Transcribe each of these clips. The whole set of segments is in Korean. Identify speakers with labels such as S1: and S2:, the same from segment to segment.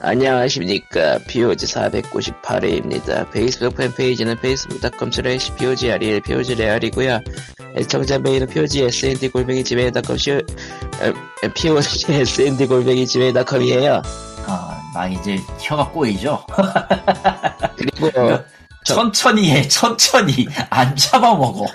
S1: 안녕하십니까. POG 498회입니다. 페이스북 팬페이지는 facebook.com slash POG REL, POG REAL이고요. 애청자 메일은 POG SND 골뱅이 지메일.com, 어, POG SND 골뱅이 지메일.com이에요.
S2: 아, 나 이제 혀가 꼬이죠?
S1: 그리고 저-
S2: 천천히 해, 천천히. 안 잡아먹어.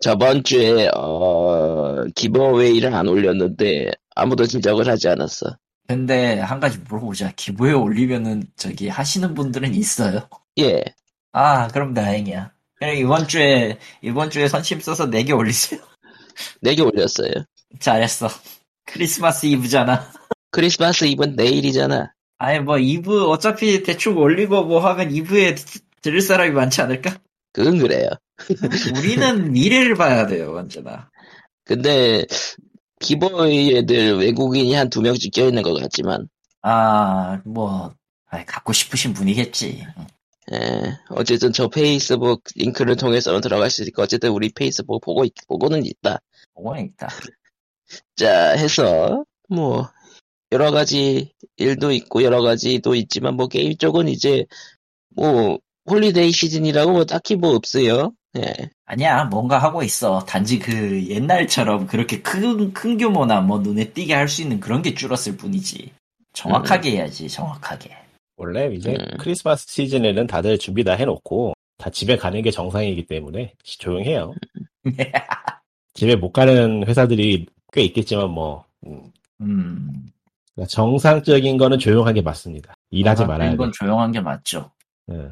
S1: 저번 주에, 어, 기버웨이를 안 올렸는데, 아무도 진작을 하지 않았어.
S2: 근데 한 가지 물어보자. 기부에 올리면은 저기 하시는 분들은 있어요.
S1: 예.
S2: 아, 그럼 다행이야. 그냥 이번 주에, 이번 주에 선심 써서 4개 올리세요.
S1: 네개 올렸어요.
S2: 잘했어. 크리스마스 이브잖아.
S1: 크리스마스 이번 내일이잖아.
S2: 아니, 뭐, 이브 어차피 대충 올리고 뭐 하면 이브에 들을 사람이 많지 않을까?
S1: 그건 그래요.
S2: 우리는 미래를 봐야 돼요, 언제나.
S1: 근데 기버웨이 애들 외국인이 한 두 명씩 껴있는 것 같지만
S2: 아, 뭐, 아이, 갖고 싶으신 분이겠지. 어,
S1: 예, 어쨌든 저 페이스북 링크를 통해서는 들어갈 수 있고 어쨌든 우리 페이스북 보고 있, 보고는 있다
S2: 뭐가 있다.
S1: 자 해서 뭐 여러 가지 일도 있고 여러 가지도 있지만 뭐 게임 쪽은 이제 뭐 홀리데이 시즌이라고 뭐 딱히 뭐 없어요 예
S2: 아니야, 뭔가 하고 있어. 단지 그 옛날처럼 그렇게 큰, 큰 규모나 뭐 눈에 띄게 할 수 있는 그런 게 줄었을 뿐이지. 정확하게
S3: 음.
S2: 해야지, 정확하게.
S3: 원래 이제
S2: 네.
S1: 음.
S3: 크리스마스 시즌에는 다들 준비 다 해놓고 다 집에 가는 게 정상이기 때문에 조용해요. 집에 못 가는 회사들이 꽤 있겠지만 뭐 음,
S2: 음.
S3: 그러니까 정상적인 거는 조용한 게 맞습니다. 일하지
S2: 뭔가
S3: 말아야 돼.
S2: 이건 조용한 게 맞죠.
S3: 예.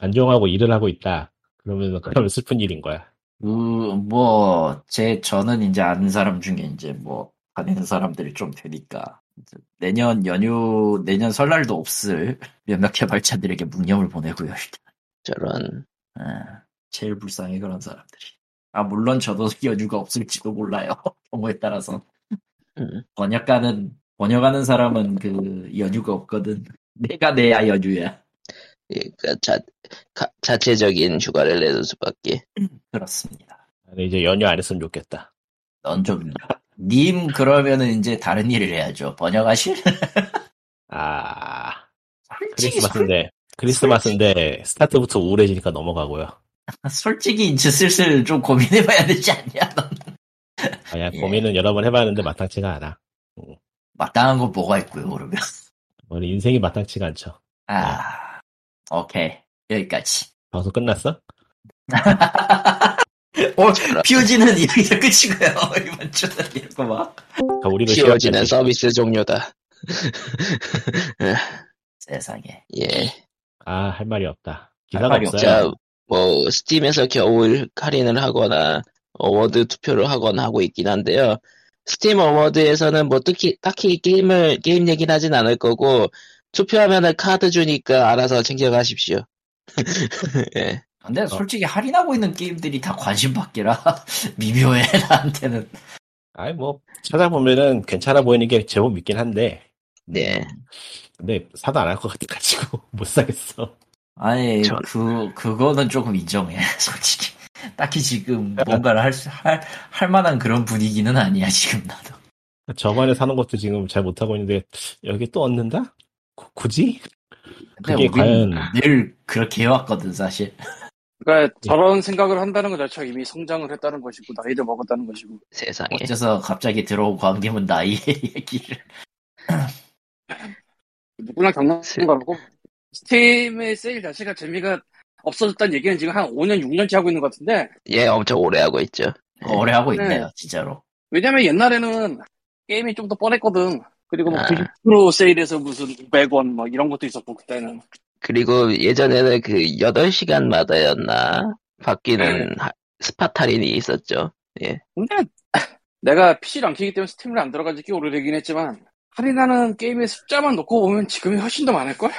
S3: 안 조용하고 일을 하고 있다. 그러면 그러면 슬픈 일인 거야.
S2: 그, 뭐, 제, 저는 이제 아는 사람 중에 이제 뭐, 다니는 사람들이 좀 되니까. 이제 내년 연휴, 내년 설날도 없을 몇몇 개발자들에게 묵념을 보내고요, 일단.
S1: 저런
S2: 아, 제일 불쌍해 그런 사람들이. 아 물론 저도 연휴가 없을지도 몰라요. 경우에 따라서
S1: 음.
S2: 번역가는 번역하는 사람은 그 연휴가 없거든. 내가 내야 연휴야.
S1: 예, 그러니까 자, 가- 자체적인 휴가를 내는 수밖에
S2: 그렇습니다.
S3: 근데 이제 연휴 안 했으면 좋겠다.
S2: 넌 좀 님 그러면은 이제 다른 일을 해야죠. 번역하실?
S3: 아
S2: 솔직히 솔-
S3: 크리스마스인데 크리스마스인데 스타트부터 우울해지니까 넘어가고요.
S2: 솔직히 이제 슬슬 좀 고민해봐야 되지 않냐? 넌.
S3: 아야
S2: 예.
S3: 고민은 여러 번 해봤는데 마땅치가 않아.
S2: 마땅한 건 뭐가 있고요 그러면.
S3: 우리 뭐, 인생이 마땅치가 않죠.
S2: 아 오케이 여기까지.
S3: 방송 끝났어?
S2: 어, 피오지는 여기서 끝이고요. 이번 주는 이거 막.
S3: 자, 그러니까 우리도
S1: 쉬어지는
S3: 시간까지.
S1: 서비스 종료다
S2: 세상에.
S1: 예
S3: 아, 할 말이 없다.
S2: 할
S3: 기사가
S2: 말이
S3: 없어요.
S1: 자, 뭐, 스팀에서 겨울 할인을 하거나, 어워드 투표를 하거나 하고 있긴 한데요. 스팀 어워드에서는 뭐, 특히, 딱히 게임을, 게임 얘기는 하진 않을 거고, 투표하면은 카드 주니까 알아서 챙겨가십시오. 예.
S2: 근데 솔직히 할인하고 있는 게임들이 다 관심 밖이라 미묘해 나한테는.
S3: 아니, 뭐, 찾아보면은 괜찮아 보이는 게 제법 있긴 한데,
S1: 네.
S3: 근데 사도 안 할 것 같아가지고 못 사겠어.
S2: 아니
S1: 전-
S2: 그 그거는 조금 인정해 솔직히. 딱히 지금 뭔가를 할 수- 할, 할 만한 그런 분위기는 아니야 지금 나도.
S3: 저만에 사는 것도 지금 잘 못하고 있는데, 여기 또 얻는다? 구- 굳이?
S2: 근데
S3: 그게
S2: 우린
S3: 과연,
S2: 늘 그렇게 해왔거든 사실.
S4: 그러니까
S3: 예.
S4: 저런 생각을 한다는 것 자체가 이미 성장을 했다는 것이고 나이를 먹었다는 것이고
S1: 세상에.
S2: 어째서 갑자기 들어온 광님은 나이의 얘기를.
S4: 누구나 겪는
S1: 세-
S4: 거라고 스팀의 세일 자체가 재미가 없어졌다는 얘기는 지금 한 5년 6년째 하고 있는 것 같은데
S1: 예, 엄청 오래 하고 있죠.
S2: 오래 하고
S4: 네.
S2: 있네요 진짜로.
S4: 왜냐면 옛날에는 게임이 좀 더 뻔했거든 그리고 뭐
S1: 아.
S4: 90% 세일에서 무슨 500원 뭐 이런 것도 있었고 그때는
S1: 그리고 예전에는 그 8시간마다였나? 바뀌는 하- 스팟 할인이 있었죠.
S4: 근데 내가 PC를 안 키기 때문에 스팀을 안 들어간 지 꽤 오래되긴 했지만 할인하는 게임의 숫자만 놓고 보면 지금이 훨씬 더 많을걸?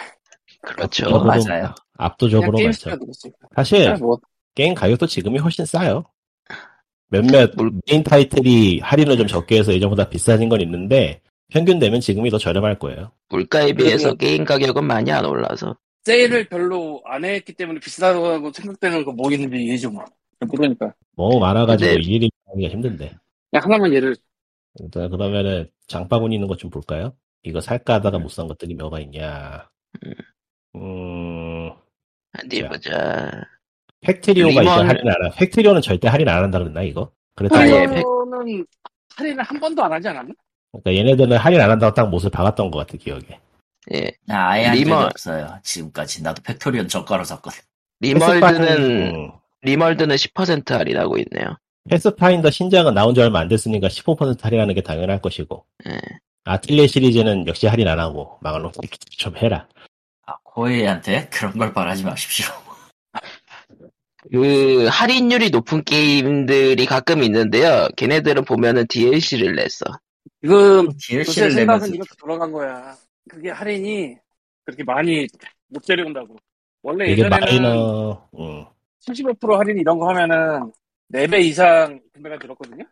S1: 그렇죠.
S2: 어,
S3: 압도적으로-
S2: 맞아요.
S3: 압도적으로
S4: 게임
S3: 많죠.
S4: 숫자가 늘었으니까
S1: 네.
S3: 사실,
S4: 뭐
S3: 게임 가격도 지금이 훨씬 싸요. 몇몇
S1: 물-
S3: 메인 타이틀이 할인을 좀 적게 해서 예전보다 비싸진 건 있는데, 평균 되면 지금이 더 저렴할 거예요.
S1: 물가에 비해서
S4: 그리고-
S1: 게임 가격은 많이 안 올라서.
S4: 세일을 별로 안 했기 때문에 비싸다고 생각되는 거 뭐 있는지 얘기해 줘. 뭐. 모르니까.
S3: 너무 많아가지고
S1: 근데-
S3: 일일이 하기가 힘든데.
S4: 그냥 하나만 예를
S3: 일단 그러면은 장바구니 있는 것 좀 볼까요? 이거
S1: 네.
S3: 살까 하다가 못 산 것들이 뭐가 있냐. 음,
S1: 어디
S3: 자.
S1: 보자.
S3: 팩트리오가 이거
S1: 리먼-
S3: 할인 안 하, 팩트리오는 절대 할인 안 한다 그랬나, 이거? 그랬다.
S1: 아, 예.
S4: 이거는 할인을 한 번도 안 하지 않았나?
S3: 그러니까 얘네들은 할인 안 한다고 딱 못을 박았던 것 같아, 기억에.
S1: 예.
S2: 아, 아예 한 적이
S1: 리머.
S2: 없어요. 지금까지 나도 팩토리온 저가로 샀거든.
S1: 리멀드는
S2: 뭐.
S3: 패스파인- 음.
S1: 리멀드는 10% 할인하고 있네요.
S3: 패스파인더 신작은 나온 지 얼마 안 됐으니까 15% 할인하는 게 당연할 것이고.
S1: 예.
S3: 아틀레 시리즈는 역시 할인 안 하고, 망할로 좀 해라.
S2: 아, 코에이한테 그런 걸 바라지 마십시오.
S1: 그 할인율이 높은 게임들이 가끔 있는데요. 걔네들은 보면은 DLC를 냈어.
S4: 지금 요새
S2: DLC를 내면서
S4: 생각은 이렇게 돌아간 거야. 그게 할인이 그렇게 많이 못 데려온다고. 원래
S3: 이게
S4: 예전에는
S3: 마이너, 음.
S4: 75% 할인 이런 거 하면은 4배 이상 구매가 들었거든요?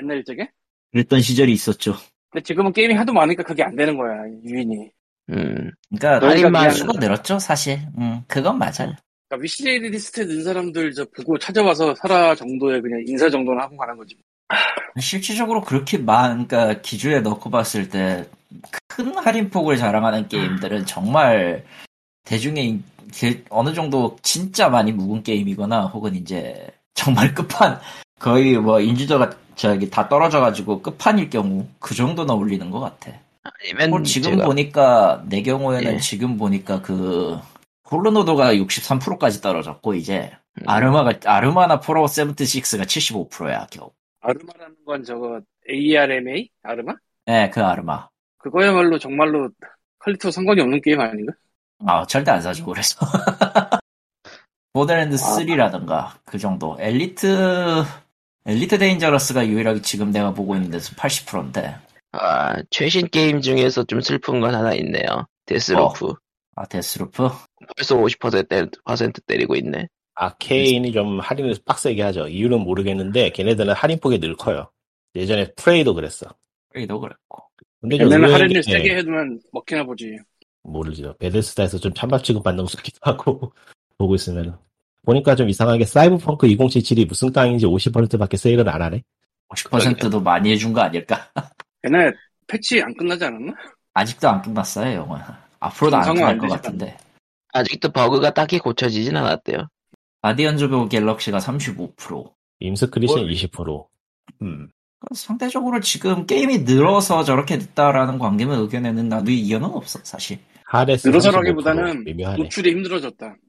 S4: 옛날 일적에?
S2: 그랬던 시절이 있었죠.
S4: 근데 지금은 게임이 하도 많으니까 그게 안 되는 거야, 유인이.
S1: 음.
S4: 네.
S2: 그러니까
S1: 할인만-
S2: 할인만 수가 늘었죠, 사실. 음, 그건 맞아요.
S4: 그러니까 위시제이 리스트에 넣은 사람들 저 보고 찾아와서 사라 정도의 그냥 인사 정도는 하고 가는 거지.
S2: 실질적으로 그렇게 많, 그러니까 기준에 넣고 봤을 때 큰 할인폭을 자랑하는 게임들은 정말 대중의 인- 게- 어느 정도 진짜 많이 묵은 게임이거나 혹은 이제 정말 끝판 거의 뭐 인지도가 저기 다 떨어져가지고 끝판일 경우 그 정도나 올리는 것 같아.
S1: 아니면
S2: 뭐 지금
S1: 제가-
S2: 보니까 내 경우에는
S1: 예.
S2: 지금 보니까 그 홀로노도가 63%까지 떨어졌고 이제
S1: 음.
S2: 아르마가 아르마나 폴아웃 76가 75%야 겨우.
S4: 아르마라는 건 저거 ARMA? 아르마?
S2: 예, 그 아르마.
S4: 그거야말로 정말로 퀄리티와 상관이 없는 게임 아닌가? 음.
S2: 아, 절대 안 사죠, 그래서.
S4: 아.
S2: 보더랜드 3라던가, 그 정도. 엘리트, 엘리트 데인저러스가 유일하게 지금 내가 보고 있는 데서 80%인데.
S1: 아, 최신 게임 중에서 좀 슬픈 건 하나 있네요. 데스루프
S2: 아, 데스루프?
S1: 벌써 50% 때, 퍼센트 때리고 있네.
S3: 아케인이 좀 할인을 빡세게 하죠. 이유는 모르겠는데 걔네들은 할인폭이 늘 커요. 예전에 프레이도 그랬어.
S2: 그래도 그랬고.
S3: 근데 좀
S4: 옛날에
S3: 의외인
S4: 할인을
S3: 게
S4: 세게 해두면 먹히나 보지.
S3: 모르죠. 베데스다에서 좀 찬밥 취급 받는 것 같기도 하고 보고 있으면 보니까 좀 이상하게 사이버펑크 2077이 무슨 땅인지 50%밖에 세일을 안 하네.
S2: 50%도 많이 해준 거 아닐까?
S4: 옛날에 패치 안 끝나지 않았나?
S2: 아직도 안 끝났어요, 영화. 앞으로도 안 끝날
S4: 정상화 안
S2: 것
S4: 되지
S2: 같은데.
S1: 아직도 버그가 딱히 고쳐지진 않았대요.
S2: 가디언즈 오브 갤럭시가 35%.
S3: 임스크리션
S2: 뭘?
S3: 20%. 음.
S2: 그러니까 상대적으로 지금 게임이 늘어서 저렇게 됐다라는 관계만 의견에는 나도 이견은 없어, 사실.
S3: 하레스
S4: 늘어서라기보다는 뭐
S3: 35% 미묘하네.
S4: 노출이 힘들어졌다. 그러니까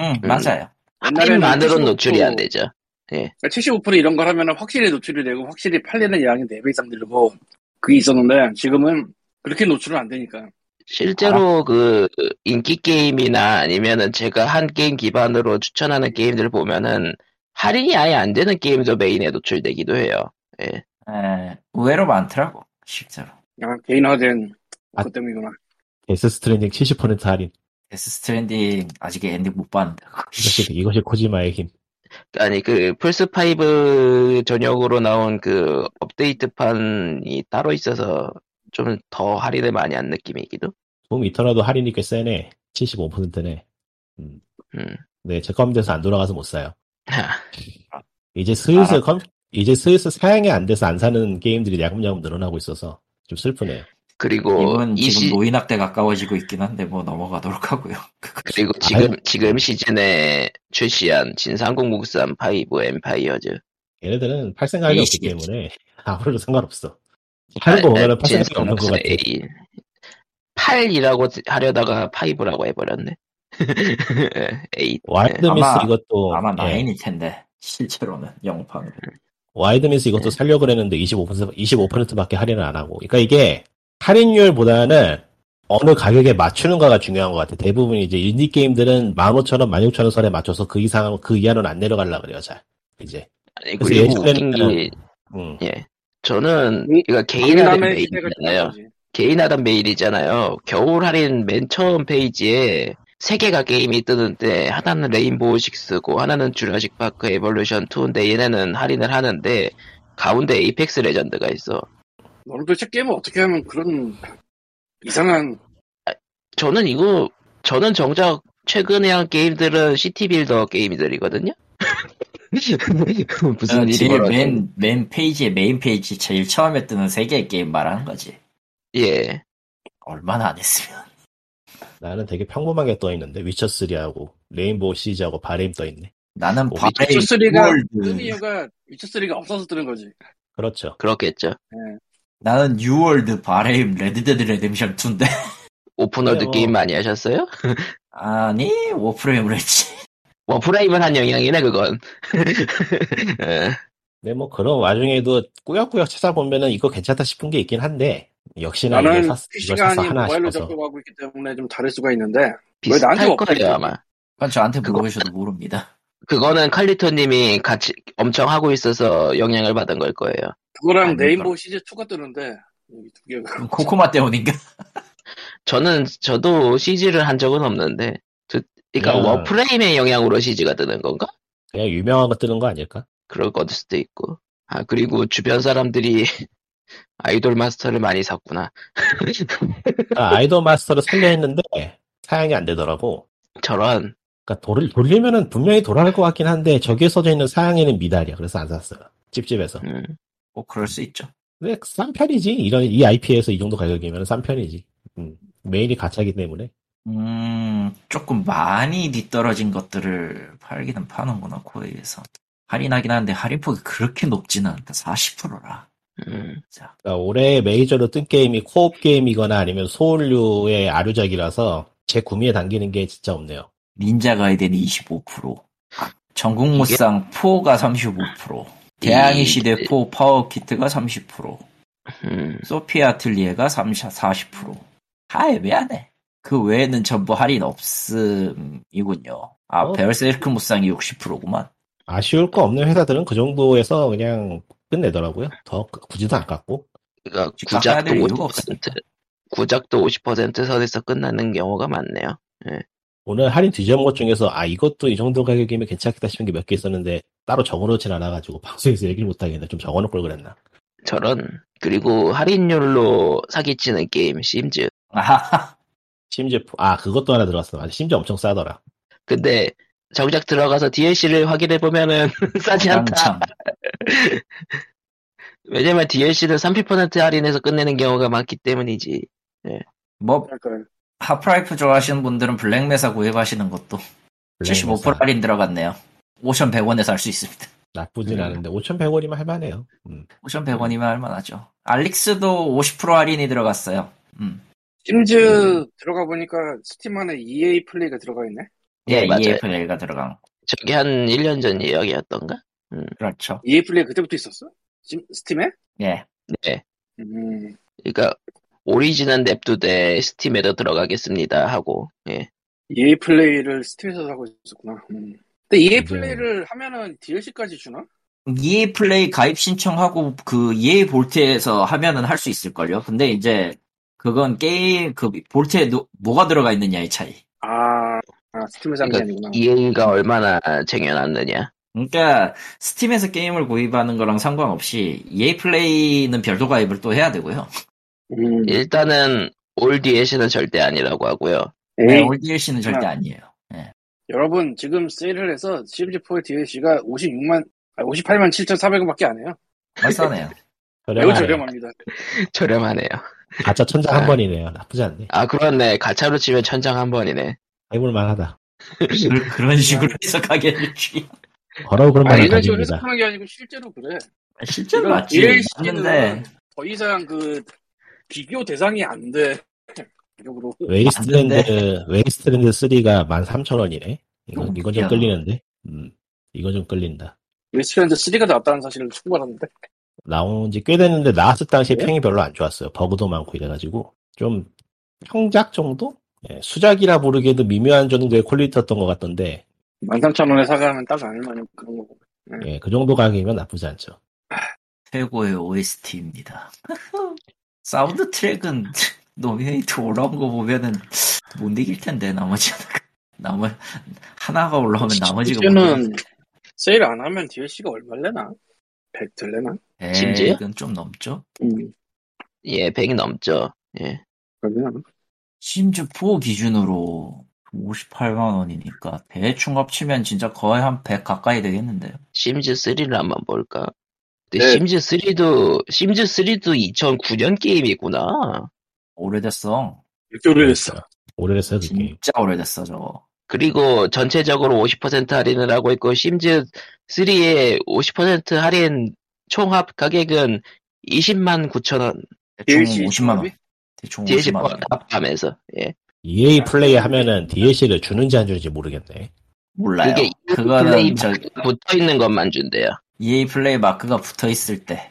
S2: 응,
S1: 음.
S2: 맞아요.
S4: 옛날에는
S1: 할인만으로는
S4: 75%
S1: 노출이 안 되죠.
S4: 그러니까 75% 이런 걸 하면 확실히 노출이 되고 확실히 팔리는 양이 4배 이상 늘고 그게 있었는데 지금은 그렇게 노출은 안 되니까
S1: 실제로 그 인기 게임이나 아니면은 제가 한 게임 기반으로 추천하는 게임들 보면은 할인이 아예 안 되는 게임도 메인에 노출되기도 해요.
S2: 에, 예, 의외로 많더라고, 실제로.
S4: 그냥 개인화된
S3: 아.
S4: 그것 때문이구나.
S3: 데스 스트랜딩 70% 할인.
S2: 데스 스트랜딩 아직 엔딩 못 봤는데.
S3: 이것이 이것이 코지마의 힘.
S1: 아니 그 플스 5 전역으로 나온 그 업데이트판이 따로 있어서 좀 더 할인을 많이 한 느낌이기도.
S3: 좀 이터나도 할인이 꽤 세네. 75%네.
S1: 음.
S3: 네, 제 컴퓨터에서 안 돌아가서 못 사요.
S1: 하,
S3: 아. 이제 슬슬
S2: 알아.
S3: 컴, 이제 슬슬 사양이 안 돼서 안 사는 게임들이 야금야금 늘어나고 있어서 좀 슬프네요.
S1: 그리고
S2: 이건
S1: 뭐, 이
S2: 지금
S1: 시-
S2: 노인학대 가까워지고 있긴 한데 뭐 넘어가도록 하고요. 그거 좀-
S1: 그리고 지금 지금 시즌에 출시한 진상공국산 5 엠파이어즈
S3: 얘네들은 팔 생각이 없기
S2: 이시기.
S3: 때문에 아무래도 상관없어. 하는 거 보면은 팔 생각이 없는 것
S1: 진상공국산
S3: 아, 같아.
S1: A 8이라고 하려다가 5라고 해버렸네. A
S3: 와이드미스
S2: 아마-
S3: 이것도
S2: 아마
S3: 예,
S2: 나인일 텐데 실제로는 영판으로.
S3: 와이드미스 이것도 살려고 그랬는데 25% 25%밖에 할인을 안 하고. 그러니까 이게 할인율보다는 어느 가격에 맞추는가가 중요한 것 같아. 대부분 이제 인디 게임들은 15,000원, 16,000원 선에 맞춰서 그 이상 그 이하로는 안 내려가려 그래요, 잘. 이제.
S1: 아니,
S3: 그래서
S1: 그리고 웃긴
S3: 예전에는-
S1: 게
S3: 음.
S1: 예. 저는
S4: 음,
S1: 그러니까 개인화된
S4: 박람회 시대가 지난
S1: 메일이잖아요.
S4: 거지.
S1: 개인화된 메일이잖아요. 겨울 할인 맨 처음 페이지에 세 개가 게임이 뜨는데 하나는 레인보우 식스고 하나는 주라식 파크 에볼루션 2인데 얘네는 할인을 하는데 가운데 에이펙스 레전드가 있어.
S4: 너는 도대체 게임을 어떻게 하면 그런
S3: 음.
S4: 이상한
S1: 저는 이거 저는 정작 최근에 한 게임들은 시티 빌더 게임들이거든요. 무슨 일이
S2: 제일
S1: 벌어졌
S4: 아,
S2: 맨, 맨 페이지에 메인 페이지 제일 처음에 뜨는 세 개의 게임 말하는 거지.
S1: 예.
S2: 얼마나 안 했으면.
S3: 나는 되게 평범하게 떠있는데 위쳐3하고 레인보우 시즈하고 바레임 떠있네
S2: 나는
S3: 뭐,
S2: 바에
S4: 위쳐3가 뜬
S2: 유월드.
S4: 이유가 위쳐3가 없어서 뜨는 거지.
S3: 그렇죠
S1: 그렇겠죠.
S2: 나는 유월드 바레임 레드데드 레뎀션 2인데.
S1: 오픈월드
S3: 네, 뭐.
S1: 게임 많이 하셨어요?
S2: 아니, 워프레임을 했지.
S1: 워프라임은 한 영향이네, 그건. 예.
S3: 근데 뭐 그런 와중에도 꾸역꾸역 찾아보면은 이거 괜찮다 싶은 게 있긴 한데 역시나 이걸
S4: 나는
S3: 샀, 이걸
S4: PC가
S3: 사서
S4: 아닌
S3: 하나
S4: 모바일로
S3: 싶어서
S4: 접속하고 있기 때문에 좀 다를 수가 있는데
S1: 비슷할
S4: 나한테 워프라임이지?
S1: 거예요, 아마.
S2: 그건 저한테
S1: 그거-
S2: 물어보셔도 모릅니다.
S1: 그거는 칼리토님이 같이 엄청 하고 있어서 영향을 받은 걸 거예요.
S4: 그거랑
S2: 아닐까?
S4: 레인보우 시즈 2가 뜨는데 여기 두 개가
S2: 그건 코코마 때문인가?
S1: 저는 저도 CG를 한 적은 없는데, 저- 그러니까
S3: 야.
S1: 워프레임의 영향으로 CG가 뜨는 건가?
S3: 그냥 유명한 거 뜨는 거 아닐까?
S1: 그럴 것일 수도 있고. 아 그리고 주변 사람들이 아이돌 마스터를 많이 샀구나.
S3: 아, 아이돌 마스터를 살려 했는데 사양이 안 되더라고
S1: 저런
S3: 그러니까 돌을 돌리면은 분명히 돌아갈 것 같긴 한데 저기에 써져 있는 사양에는 미달이야 그래서 안 샀어요 찝찝해서
S1: 음,
S2: 뭐, 그럴 수 있죠.
S3: 근데 싼 편이지 이런 이 IP에서 이 정도 가격이면 싼 편이지 음. 메인이 가차기 때문에
S2: 음, 조금 많이 뒤떨어진 것들을 팔기는 파는구나, 코에서. 할인하긴 하는데, 할인폭이 그렇게 높지는 않다. 40%라.
S1: 음.
S2: 자,
S3: 그러니까 올해 메이저로 뜬 게임이 코업 게임이거나 아니면 소울류의 아류작이라서 제 구미에 당기는 게 진짜 없네요
S2: 닌자 가이덴이 25%. 전국무쌍 4가 35%. 대항해
S1: 이-
S2: 시대 4 파워 키트가 30%.
S1: 음.
S2: 소피아 틀리에가 30, 40%. 다 애매하네. 그 외에는 전부 할인 없음이군요. 아,
S3: 어?
S2: 베어세르크 무쌍이 60%구만.
S3: 아쉬울 거 없는 회사들은 그 정도에서 그냥 끝내더라고요 더 그- 굳이도 안 깎고
S1: 그러니까
S2: 깎아야
S1: 구작도
S2: 될 이유가
S1: 50%
S2: 없으니까.
S1: 구작도 50% 선에서 끝나는 경우가 많네요.
S3: 오늘 할인 뒤져본 것 중에서 아 이것도 이 정도 가격이면 괜찮겠다 싶은 게 몇 개 있었는데 따로 적어놓진 않아가지고 방송에서 얘기를 못하겠네 좀 적어놓을 걸 그랬나
S1: 저런 그리고 할인율로 사기치는 게임 심즈.
S2: 아하,
S3: 심지어 아 그것도 하나 들어갔어 맞아 심지어 엄청 싸더라
S1: 근데 정작 들어가서 DLC를 확인해 보면은 싸지 않다.
S2: 아, 당참.
S1: 왜냐면 DLC를 30% 할인해서 끝내는 경우가 많기 때문이지.
S2: 뭐,
S4: 약간
S2: 하프라이프 좋아하시는 분들은 블랙메사 구입하시는 것도
S3: 블랙메사.
S2: 75% 할인 들어갔네요. 5,100원에서 할 수 있습니다.
S3: 나쁘진
S1: 음.
S3: 않은데 5,100원이면 할만해요. 음.
S2: 5,100원이면 할만하죠. 알릭스도 50% 할인이 들어갔어요. 음.
S4: 심즈
S3: 음.
S4: 들어가 보니까 스팀 안에 EA 플레이가 들어가 있네.
S1: 네,
S2: 예,
S1: 맞아요.
S2: EFL가 들어간 거.
S1: 저게 한 1년 전 이야기였던가?
S2: 그렇죠.
S4: EA E 플레이 그때부터 있었어? 심- 스팀에?
S2: 예.
S1: 네.
S4: 음,
S1: 그러니까 오리지널 냅두대 스팀에도 들어가겠습니다 하고 예.
S4: EA E 플레이를 스팀에서 하고 있었구나. 음. 근데 EA
S3: 네.
S4: 플레이를 하면은 DLC까지 주나?
S2: EA 플레이 가입 신청하고 그 EA 볼트에서 하면은 할 수 있을걸요. 근데 이제 그건 게임 그 볼트에 노- 뭐가 들어가 있느냐의 차이.
S4: 아, 아 스팀에서 하는 게
S1: 그러니까
S4: 아니구나.
S3: E
S1: EA가 얼마나 쟁여놨느냐
S2: 그러니까 스팀에서 게임을 구입하는 거랑 상관없이 EA 플레이는 별도 가입을 또 해야 되고요.
S4: 음,
S1: 일단은 올 DLC는 절대 아니라고 하고요
S2: 네,
S4: 에이,
S2: 올 DLC는 절대
S4: 아.
S2: 아니에요.
S4: 여러분 지금 세일을 해서 CMG4의 DLC가 56만, 아, 58만 7,400원밖에 안 해요.
S2: 맞싸네요.
S4: 매우
S3: 저렴하네.
S4: 그렇죠, 저렴합니다.
S1: 저렴하네요
S3: 가짜 천장
S1: 아.
S3: 한 번이네요. 나쁘지 않네.
S1: 아 그렇네 가차로 치면 천장 한 번이네
S3: 해볼 만하다.
S2: 그, 그런 식으로 해석하기에는 좀-
S3: 걸어 그런
S4: 아,
S3: 말을
S4: 이런 식으로
S3: 가집니다.
S4: 해석하는 게 아니고 실제로 그래.
S2: 아, 실제로
S4: 이건
S2: 맞지.
S4: DLC는
S2: 맞는데
S4: 더 이상 그 비교 대상이 안 돼. 가격으로.
S3: 웨이스트랜드 웨이스트랜드 3가 13,000원이네. 이건
S2: 음,
S3: 이건 좀
S2: 야.
S3: 끌리는데. 음. 이건 좀 끌린다.
S4: 웨스트랜드 3가 나왔다는 사실을 충분하는데.
S3: 나온 지 꽤 됐는데 나왔을 당시
S5: 네.
S3: 평이 별로 안 좋았어요. 버그도 많고 이래가지고 좀 평작 정도? 예, 수작이라 부르기에도 미묘한 정도의 퀄리티였던 것 같던데
S4: 13,000원에 사가면 딱 아닐 만한 그런 거고.
S3: 예, 그 정도 가격이면 나쁘지 않죠.
S2: 최고의 OST입니다. 사운드 트랙은 노미네이트 올라온 거 보면은 못 이길 텐데 나머지 하나가 나머 하나가 올라오면 나머지가 못 이길
S4: 이제는 세일 안 하면 DLC가 얼마래나? 100 들래나?
S2: 텐데. 예,
S1: 심지어?
S2: 이건 좀 넘죠.
S4: 음,
S1: 예 100이 넘죠 예.
S4: 그러면
S2: 심지어 4 기준으로 58만 원이니까 대충 합치면 진짜 거의 한 100 가까이 되겠는데요.
S1: 심즈 3를 한번 볼까 근데
S4: 네.
S1: 심즈 3도 심즈 3도 2009년 게임이구나
S2: 오래됐어.
S5: 이렇게 오래됐어.
S3: 오래됐어요, 그 게임.
S2: 진짜 오래됐어 저거.
S1: 그리고 전체적으로 50% 할인을 하고 있고 심지어 3의 50% 할인 총합 가격은 20만 9천 원
S2: 대충
S4: DLC
S2: 50만 원.
S4: 종합이?
S2: 대충
S1: DLC
S2: 50만 원.
S1: 포함 다 포함해서 예.
S3: EA
S5: 아, 네.
S3: 플레이 하면은 DLC를 주는지 안 주는지 모르겠네.
S2: 몰라요.
S1: 그게
S2: 그거는
S1: 플레이
S2: 저
S1: 붙어 있는 것만 준대요.
S2: EA 플레이 마크가 붙어 있을 때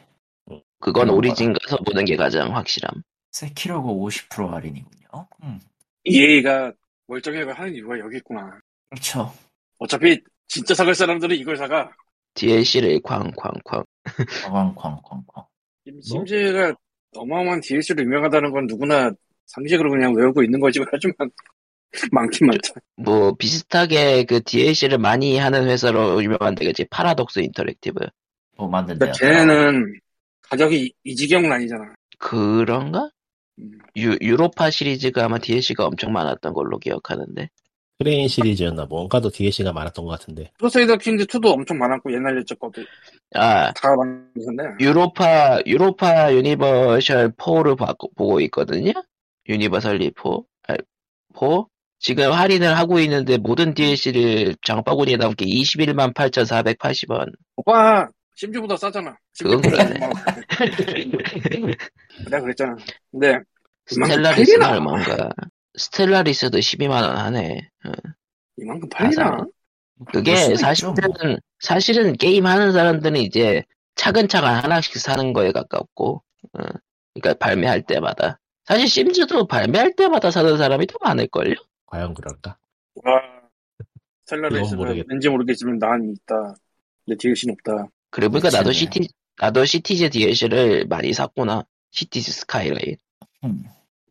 S1: 그건
S2: 그런
S1: 오리진 가서 보는 게 가장 확실함.
S2: 세키로가 50% 할인이군요. 음,
S4: EA가 멀쩡해가 하는 이유가 여기 있구나.
S2: 그렇죠.
S4: 어차피 진짜 사갈 사람들은 이걸 사가.
S1: DLC를 쾅쾅쾅.
S2: 광광광광.
S4: 심- 심지가 어마어마한 DLC로 유명하다는 건 누구나 상식으로 그냥 외우고 있는 거지만 하지만 많긴 많다.
S1: 뭐 비슷하게 그 DLC를 많이 하는 회사로 유명한데 그지 파라독스 인터랙티브
S2: 뭐 만든데요.
S1: 네,
S4: 그러니까 걔네는 가격이 이 지경은 아니잖아.
S1: 그런가?
S4: 음.
S1: 유, 유로파 시리즈가 아마 DLC가 엄청 많았던 걸로 기억하는데
S3: 크레인 시리즈였나 뭔가도 DLC가 많았던 것 같은데.
S4: 크루세이더 킹즈 2도 엄청 많았고 옛날 옛적 것도
S1: 아
S4: 다 많았는데
S1: 유로파 유로파 유니버셜 4를 보고 있거든요 유니버설 리포 4 아, 지금 할인을 하고 있는데 모든 DLC를 장바구니에 담게 21만 8,480원
S4: 오빠 심지보다 싸잖아.
S1: 그건 그러네.
S4: 내가 그랬잖아. 근데 이만큼
S1: 스텔라리스는
S4: 팔리나?
S1: 얼마인가 스텔라리스도 12만원 하네 응.
S4: 이만큼
S1: 맞아.
S4: 팔리나?
S1: 그게
S2: 그럴 수도
S1: 사실은
S2: 있죠, 뭐.
S1: 사실은 게임 하는 사람들은 이제 차근차근 하나씩 사는 거에 가깝고, 어, 그러니까 발매할 때마다 사실 심즈도 발매할 때마다 사는 사람이 더 많을걸요.
S3: 과연 그럴까?
S4: 와
S3: 이건
S4: 셀러리스는
S3: 모르겠다.
S4: 왠지 모르겠지만 난 있다. 근데 DLC는 없다.
S1: 그래 보니까 그러니까 나도
S2: 그치.
S1: 시티 나도 시티즈 DLC를 많이 샀구나. 시티즈 스카이라인
S2: 음.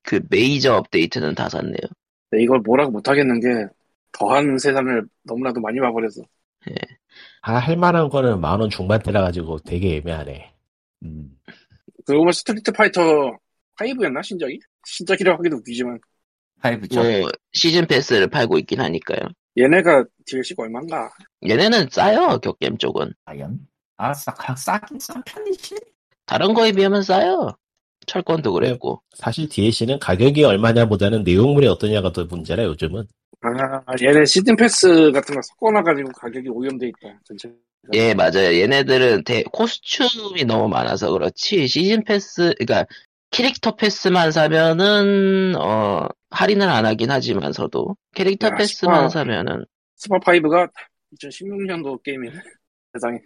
S1: 그 메이저 업데이트는 다 샀네요.
S4: 근데 이걸 뭐라고 못하겠는 게 더한 세상을 너무나도 많이 봐버려서
S3: 다 아, 할만한 거는 만 원 중반대라 가지고 되게 애매하네. 음.
S4: 그러고 보면 스트리트 파이터 5였나 신작이? 신작이라고 하기도 웃기지만
S2: 파이브죠.
S1: 뭐 시즌 패스를 팔고 있긴 하니까요.
S4: 얘네가 DLC가 얼마인가?
S1: 얘네는 싸요 격겜 쪽은
S2: 과연? 아, 싸, 싸긴 싼 편이지.
S1: 다른 거에 비하면 싸요.
S2: 네.
S1: 철권도 그랬고.
S3: 사실 DLC는 가격이 얼마냐보다는 내용물이 어떠냐가 더 문제라 요즘은.
S4: 아 얘네 시즌 패스 같은 거 섞어놔가지고 가격이 오염돼 있다 전체
S2: 네.
S1: 예, 맞아요. 얘네들은 대, 코스튬이 너무 많아서 그렇지, 시즌 패스, 그러니까, 캐릭터 패스만 사면은, 어, 할인을 안 하긴 하지만서도, 캐릭터
S4: 야,
S1: 패스만
S4: 시끄러워.
S1: 사면은,
S4: 스파5가 2016년도 게임이네 세상에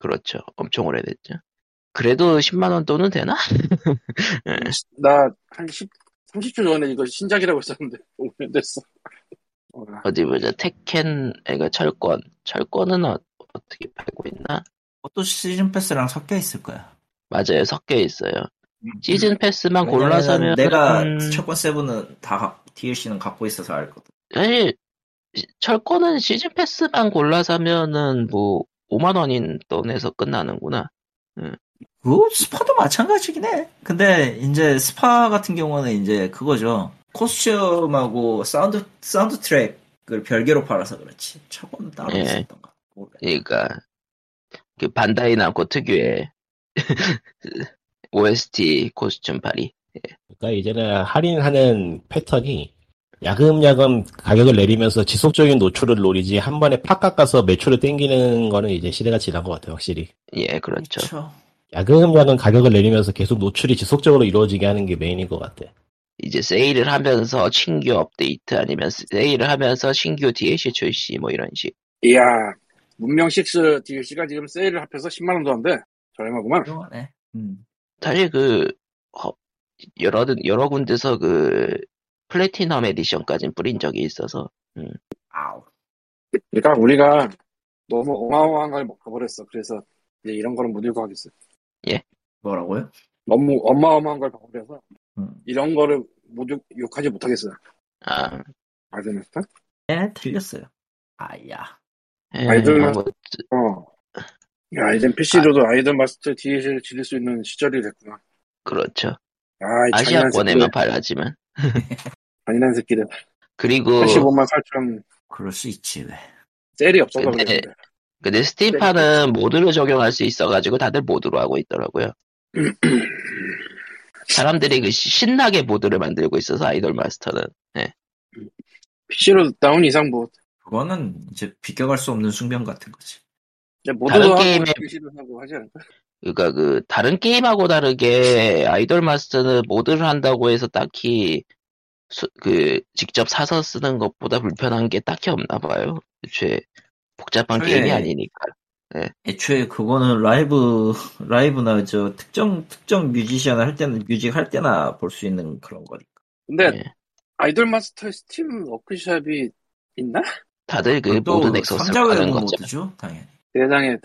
S1: 그렇죠. 엄청 오래됐죠. 그래도 10만원 돈은 되나? 네.
S4: 나 한 10, 30초 전에 이거 신작이라고 했었는데 오염 됐어 아. 와,
S1: 어디 보자. 테켄, 그러니까 철권. 철권은 어, 떻게 팔고 있나?
S2: 그것도 시즌 패스랑 섞여 있을 거야.
S1: 맞아요. 섞여 있어요. 시즌 패스만 골라
S2: 음. 왜냐면은
S1: 사면, 음.
S2: 내가 철권 세븐은 다 가- DLC는 갖고 있어서 알거든.
S1: 사실 시- 철권은 시즌 패스만 골라 사면은 뭐 5만 원인 돈에서 끝나는구나.
S2: 그 스파도 마찬가지긴 해. 근데 이제 스파 같은 경우는 이제 그거죠. 코스튬하고 사운드 사운드 트랙을 별개로 팔아서 그렇지. 저건 따로
S1: 예.
S2: 있었던가. 모르겠-
S1: 그러니까 그 반다이 남코 특유의 OST 코스튬 팔이.
S3: 그러니까 이제는 할인하는 패턴이 야금야금 가격을 내리면서 지속적인 노출을 노리지 한 번에 팍 깎아서 매출을 땡기는 거는 이제 시대가 지난 것 같아요, 확실히.
S1: 예, 그렇죠.
S2: 그렇죠.
S3: 야금야금 가격을 내리면서 계속 노출이 지속적으로 이루어지게 하는 게 메인인 것 같아.
S1: 이제 세일을 하면서 신규 업데이트 아니면 세일을 하면서 신규 DLC 출시 뭐 이런 식.
S4: 이야 문명6 DLC가 지금 세일을 합해서 10만원도 안돼 저렴하구만
S2: 그동안에. 음.
S1: 사실 그 허- 여러 여러 군데서 그 플래티넘 에디션까지 뿌린 적이 있어서
S2: 아우.
S4: 그러니까 우리가 너무 어마어마한 걸 먹어버렸어. 그래서 이제 이런 거는 못 읽고 하겠어.
S2: 뭐라고요?
S4: 너무 어마어마한 걸 먹어버려서
S2: 음.
S4: 이런 거를 못 욕, 욕하지 못하겠어.
S1: 아
S4: 아이들메스타?
S2: 예, 틀렸어요. 아야.
S1: 에,
S4: 아이들
S1: 뭐,
S4: 어. 야, 이젠 PC로도 아이들 마스터 DLC를 지릴 수 있는 시절이 됐구나.
S1: 그렇죠.
S4: 아, 이 잔인한
S1: 아시아권에만
S4: 새끼들.
S1: 팔하지만.
S4: 잔인한 새끼들.
S1: 그리고
S4: 85만 4천
S2: 그럴 수 있지 왜.
S4: 셀이 없어서
S1: 근데-
S4: 그랬는데.
S1: 근데 스팀판은 모드로 적용할 수 있어가지고 다들 모드로 하고 있더라고요. 사람들이 그 시- 신나게 모드를 만들고 있어서 아이돌 마스터는
S4: PC로 나온 이상 뭐
S2: 그거는 이제 비껴갈 수 없는 숙명 같은 거지.
S4: 이제 모두도
S1: 다른
S4: 하고
S1: 게임에-
S4: PC로 하고 하지 않을까?
S1: 그러니까 그 다른 게임하고 다르게 아이돌 마스터는 모드를 한다고 해서 딱히 수- 그 직접 사서 쓰는 것보다 불편한 게 딱히 없나 봐요. 애초에 복잡한
S2: 그래.
S1: 게임이 아니니까.
S2: 애초에 그거는 라이브 라이브나 저 특정 특정 뮤지션 할 때는 뮤직 할 때나 볼 수 있는 그런 거니까.
S4: 근데
S1: 예.
S4: 아이돌 마스터의 스팀 워크샵이 있나?
S1: 다들 그
S2: 또
S1: 모든 넥서스
S2: 삼작은
S1: 하는 거죠. 네.
S2: 모드죠, 당연히.
S4: 세상에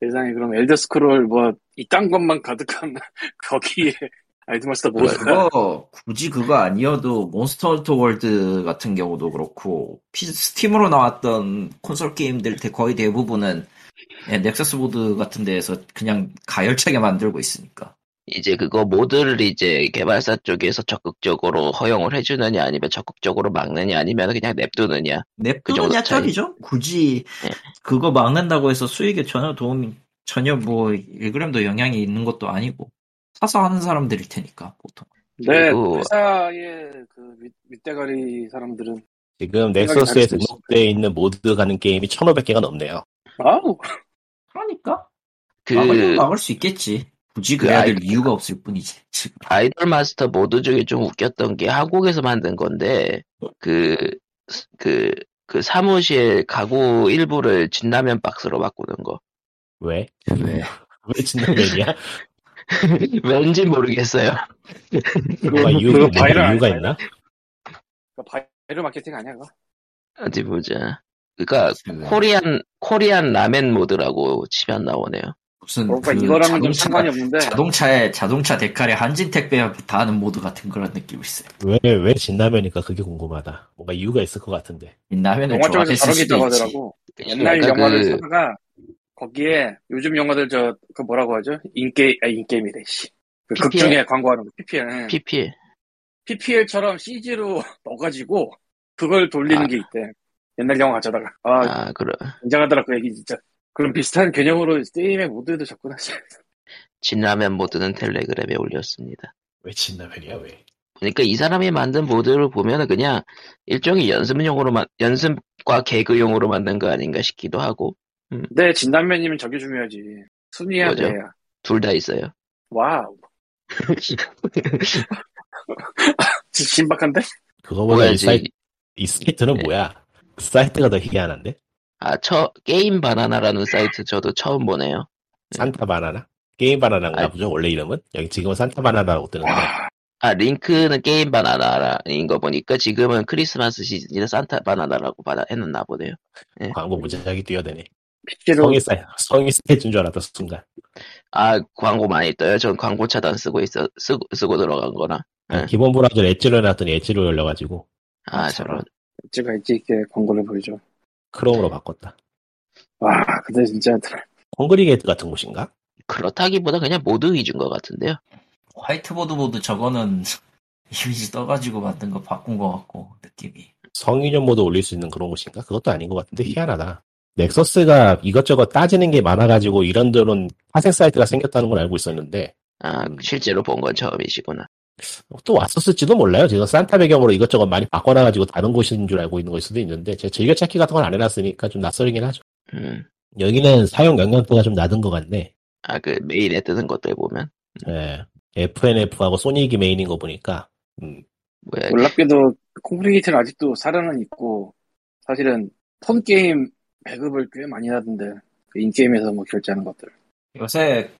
S4: 세상에 그럼 엘더 스크롤 뭐 이딴 것만 가득한 거기에 아이돌 마스터 모드가
S2: 그거 굳이 그거 아니어도 몬스터 헌터 월드 같은 경우도 그렇고 피- 스팀으로 나왔던 콘솔 게임들 대- 거의 대부분은 예, 넥서스 보드 같은 데에서 그냥 가열차게 만들고 있으니까
S1: 이제 그거 모드를 이제 개발사 쪽에서 적극적으로 허용을 해주느냐 아니면 적극적으로 막느냐 아니면 그냥 냅두느냐.
S2: 냅두느냐
S1: 그 정도 차이.
S2: 짜리죠 굳이
S1: 예.
S2: 그거 막는다고 해서 수익에 전혀 도움이 전혀 뭐 1g도 영향이 있는 것도 아니고 사서 하는 사람들일 테니까 보통
S4: 네
S1: 그리고-
S4: 회사의 그 밑, 밑대가리 사람들은
S3: 지금
S4: 다를
S3: 넥서스에
S4: 수
S3: 등록되어 있는 모드 가는 게임이 1,500개가 넘네요.
S4: 아우 뭐,
S2: 그러니까
S1: 그
S2: 막으면 막을 수 있겠지 굳이
S1: 그
S2: 그래야 될
S1: 아이디어가-
S2: 이유가 없을 뿐이지 지금
S1: 아이돌 마스터 모드 중에 좀 웃겼던 게 한국에서 만든 건데 그, 그, 그 사무실 가구 일부를 진라면 박스로 바꾸는 거.
S3: 왜?
S2: 왜
S3: 왜 진라면이야?
S1: 왠지 모르겠어요.
S3: 뭔가 이유가,
S4: 그거
S3: 뭔가
S4: 바이럴
S3: 이유가
S4: 아니야?
S3: 있나?
S4: 그러니까 바이럴 마케팅 아니야 그거?
S1: 어디 보자. 그니까,
S2: 네.
S1: 코리안, 코리안 라멘 모드라고 치면 나오네요.
S2: 무슨
S4: 뭔가
S2: 그
S4: 그러니까 이거랑은 좀
S2: 자동차-
S4: 상관이 없는데
S2: 자동차에 자동차 데칼에 한진 택배 다 하는 모드 같은 그런 느낌이 있어요.
S3: 왜, 왜 진라면이니까 그게 궁금하다. 뭔가 이유가 있을 것 같은데.
S2: 라면을
S4: 영화 쪽에서
S2: 좋아했을
S4: 다루기
S2: 수도
S4: 있다고
S2: 있지.
S4: 하더라고
S1: 그냥
S4: 옛날
S1: 약간
S4: 영화를
S1: 그-
S4: 사다가 거기에 요즘 영화들 저 그 뭐라고 하죠? 인게임 아 인게임이래 씨그극
S1: PPL?
S4: 중에 광고하는 거 PPL
S1: PPL.
S4: PPL처럼 CG로 넣어가지고 그걸 돌리는
S1: 아.
S4: 게 있대. 옛날 영화 가져다가. 아,
S1: 아, 그래.
S4: 굉장하더라, 그 얘기 진짜. 그런 비슷한 개념으로 게임의 모드에도 접근하시
S1: 진라면 모드는 텔레그램에 올렸습니다.
S3: 왜 진라면이야, 왜?
S1: 그러니까 이 사람이 만든 모드를 보면은 그냥 일종의 연습용으로만 연습과 개그용으로 만든 거 아닌가 싶기도 하고
S4: 근데 네, 진단면이면 저게 중요하지. 순위야,
S1: 뭐죠?
S4: 돼야.
S1: 둘 다 있어요.
S4: 와우. 진짜 신박한데?
S3: 그거보다 이,
S1: 뭐야지?
S3: 사이, 이 사이트는
S1: 예.
S3: 뭐야? 사이트가 더
S1: 네.
S3: 희한한데?
S1: 아처 게임 바나나라는 사이트 저도 처음 보네요.
S3: 산타 바나나? 게임 바나나인가
S1: 아니.
S3: 보죠? 원래 이름은? 여기 지금은 산타 바나나라고 뜨는데.
S4: 와.
S1: 아 링크는 게임 바나나인 거 보니까 지금은 크리스마스 시즌이라 산타 바나나라고 받아 해놨나 보네요.
S3: 광고 무지하게 뛰어대네.
S4: PP로
S3: 성이 사이, 성이 사이트인 줄 알았다, 순간.
S1: 아 광고 많이 떠요. 전 광고 차단 쓰고 있어 쓰, 쓰고 들어간 거나. 예.
S3: 기본 브라우저를 엣지로 해놨더니 엣지로 열려가지고
S1: 아 저런.
S4: 찍어 있지, 이렇게 광고를 보여줘.
S3: 크롬으로 바꿨다.
S4: 와, 근데 진짜.
S3: 네. 헝그리 게이트 같은 곳인가?
S1: 그렇다기보다 그냥 모드 위주인 것 같은데요.
S2: 화이트보드 보드 저거는 이미지 떠가지고 만든 거 바꾼 것 같고 느낌이.
S3: 성인용 모드 올릴 수 있는 그런 곳인가? 그것도 아닌 것 같은데 희한하다. 넥서스가 이것저것 따지는 게 많아가지고 이런저런 파생 사이트가 생겼다는 걸 알고 있었는데
S1: 아 실제로 본 건 처음이시구나.
S3: 또 왔었을지도 몰라요. 제가 산타 배경으로 이것저것 많이 바꿔놔가지고 다른 곳인 줄 알고 있는 걸 수도 있는데 제가 즐겨찾기 같은 건 안 해놨으니까 좀 낯설긴 하죠.
S1: 음.
S3: 여기는 사용 연관도가 좀 낮은 것 같네.
S1: 아, 그 메인에 뜨는 것들 보면
S3: 예. FNF하고 소닉이 메인인 거 보니까 음,
S1: 뭐야
S4: 놀랍게도 콤플리게이트는 아직도 살아는 있고 사실은 폰 게임 배급을 꽤 많이 하던데 그 인게임에서 뭐 결제하는 것들
S2: 요새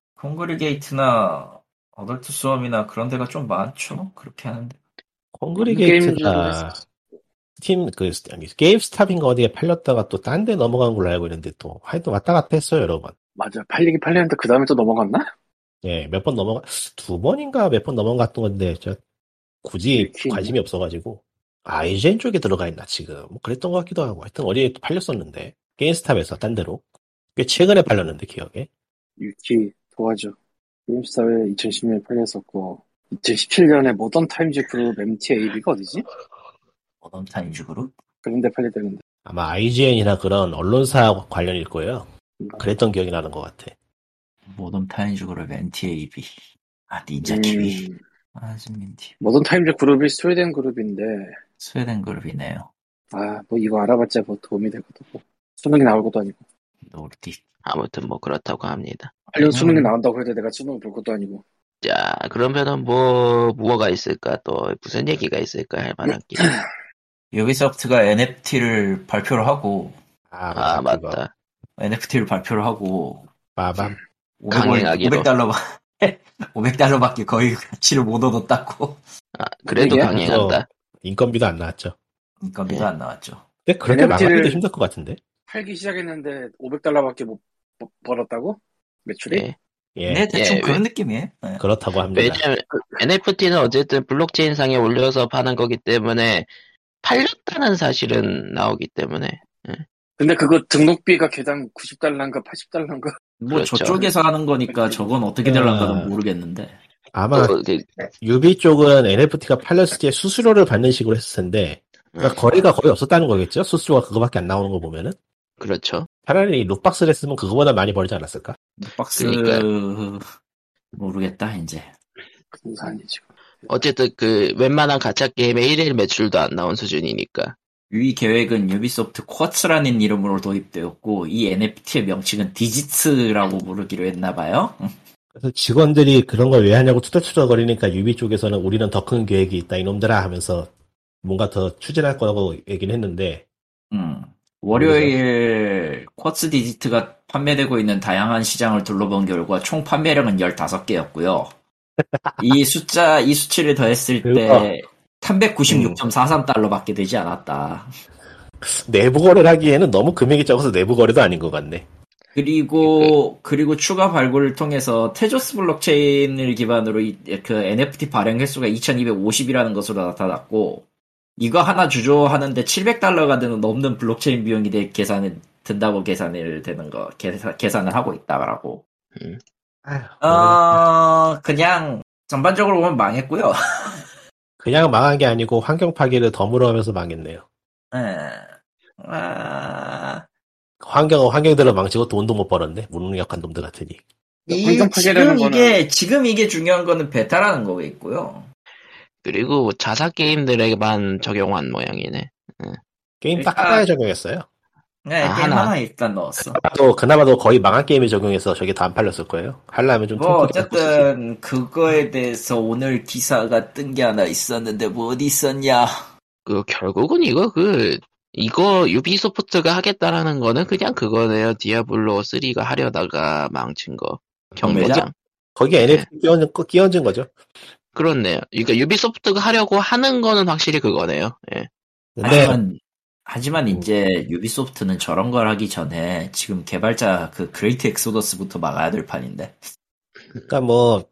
S2: 콩그리게이트나 어덜트 수험이나 그런 데가 좀 많죠. 그렇게 하는데.
S3: 헝그리
S4: 음, 게임
S3: 게이트가
S4: 중에서
S3: 팀, 그, 아니, 게임스탑인가 어디에 팔렸다가 또 딴 데 넘어간 걸로 알고 있는데 또 하여튼 왔다 갔다 했어요, 여러 번.
S4: 맞아 팔리긴 팔렸는데 그 다음에 또 넘어갔나?
S3: 예, 몇 번 넘어가, 두 번인가 몇 번 넘어갔던 건데, 저 굳이
S4: 이렇게
S3: 관심이 없어가지고. 아, IGN 쪽에 들어가 있나, 지금. 뭐 그랬던 것 같기도 하고. 하여튼 어디에 또 팔렸었는데. 게임스탑에서 딴 데로. 꽤 최근에 팔렸는데, 기억에.
S4: 유키 도와줘 게임스타에 2010년에 팔렸었고 2017년에 모던 타임즈 그룹 MTAB가 어디지?
S2: 어떤 타임즈그룹?
S4: 그런데 팔렸다는데
S3: 아마 IGN이나 그런 언론사 관련일 거예요. 그랬던 기억이 나는 것 같아.
S2: 모던 타임즈그룹 NTAB. 아 닌자 키위.
S4: 음,
S2: 아, 신민티.
S4: 모던 타임즈 그룹이 스웨덴 그룹인데
S2: 스웨덴 그룹이네요.
S4: 아 뭐 이거 알아봤자 뭐 도움이 될 것도 없고 수능이 나올 것도 아니고
S2: 노르딕.
S1: 아무튼 뭐 그렇다고 합니다.
S4: 알려 수능이
S2: 음.
S4: 나온다고 해도 내가 수능 볼 것도 아니고
S1: 자, 그러면은 뭐, 뭐가 있을까? 또, 무슨 얘기가 있을까? 할 만한 게.
S2: 유비소프트가 NFT를 발표를 하고,
S3: 아,
S1: 아,
S3: 그거.
S1: 맞다.
S2: NFT를 발표를 하고,
S3: 빠밤.
S2: 500원,
S1: 강행하기로.
S2: 500달러, 500달러밖에 거의 가치를 못 얻었다고.
S1: 아, 그래도
S4: 얘기야?
S1: 강행한다.
S3: 인건비도 안 나왔죠.
S1: 예.
S2: 인건비가 안 나왔죠.
S3: 근데 그렇게
S4: NFT를
S3: 망하기도 힘들 것 같은데.
S4: 팔기 시작했는데 500달러밖에 못 버- 벌었다고 매출이
S1: 예.
S3: 예.
S2: 네, 대충
S1: 예, 그렇죠.
S2: 그런 느낌이에요. 네.
S3: 그렇다고 합니다.
S1: 왜냐면, NFT는 어쨌든 블록체인 상에 올려서 파는 거기 때문에, 팔렸다는 사실은 나오기 때문에.
S4: 근데 그거 등록비가 개당 90달러인가 80달러인가
S2: 뭐
S1: 그렇죠.
S2: 저쪽에서 하는 거니까 저건 어떻게 될란가는
S3: 아.
S2: 모르겠는데.
S3: 아마
S1: 또 이게,
S3: 유비 쪽은 NFT가 팔렸을 때 수수료를 받는 식으로 했을 텐데 그러니까 거래가 거의 없었다는 거겠죠? 수수료가 그거밖에 안 나오는 거 보면은
S1: 그렇죠.
S3: 차라리 이 룩박스를 했으면 그거보다 많이 벌지 않았을까?
S2: 박스 모르겠다 이제.
S4: 금산이 지금
S1: 어쨌든 그, 웬만한 가짜 게임의 1일 매출도 안 나온 수준이니까.
S2: 이 계획은 유비소프트 쿼츠라는 이름으로 도입되었고 이 NFT의 명칭은 디지츠라고 부르기로 했나봐요.
S3: 그래서 직원들이 그런 걸 왜 하냐고 투덜투덜거리니까 유비 쪽에서는 우리는 더 큰 계획이 있다 이놈들아 하면서 뭔가 더 추진할 거라고 얘기는 했는데
S2: 음. 월요일 쿼츠 디지트가 판매되고 있는 다양한 시장을 둘러본 결과 총 판매량은 15개였고요. 이 숫자, 이 수치를 더했을 때 396.43달러밖에 되지 않았다.
S3: 내부 거래를 하기에는 너무 금액이 적어서 내부 거래도 아닌 것 같네.
S2: 그리고 그리고 추가 발굴을 통해서 테조스 블록체인을 기반으로 이- 그 NFT 발행 횟수가 2,250이라는 것으로 나타났고 이거 하나 주조하는데 700달러가 드는 넘는 블록체인 비용이 돼 계산은 든다고 계산을 되는 거 계산, 계산을 하고 있다라고.
S3: 아휴,
S2: 어 그냥 전반적으로 보면 망했고요.
S3: 그냥 망한 게 아니고 환경 파괴를 덤으로 하면서 망했네요.
S2: 예. 아,
S3: 환경은 환경대로 망치고 돈도 못 벌었네. 무능력한 놈들 같으니.
S2: 이-
S4: 환경
S2: 지금
S4: 파괴라는
S2: 이게 지금 이게 중요한 거는 베타라는 거겠고요.
S1: 그리고 뭐 자사 게임들에게만 적용한 모양이네.
S3: 게임 딱
S2: 일단-
S3: 하나에 적용했어요.
S2: 네,
S1: 아,
S2: 게임
S1: 하나.
S2: 하나 일단 넣었어.
S3: 또 그나마도 거의 망한 게임에 적용해서 저게 다 안 팔렸을 거예요. 하려면 좀
S2: 뭐
S3: 통크게 바꿨을 수 있-
S2: 어쨌든 그거에 대해서 오늘 기사가 뜬 게 하나 있었는데 뭐 어디 있었냐?
S1: 그, 결국은 이거 그, 이거 유비소프트가 하겠다라는 거는 그냥 그거네요. 디아블로 3가 하려다가 망친 거. 경매장.
S3: 거기에
S2: 네.
S3: NFT 끼얹은, 거- 끼얹은 거죠.
S1: 그렇네요. 그러니까 유비소프트가 하려고 하는 거는 확실히 그거네요. 예.
S3: 근데 뭐.
S2: 하지만 하지만 이제 유비소프트는 저런 걸 하기 전에 지금 개발자 그 그레이트 엑소더스부터 막아야 될 판인데.
S3: 그러니까 뭐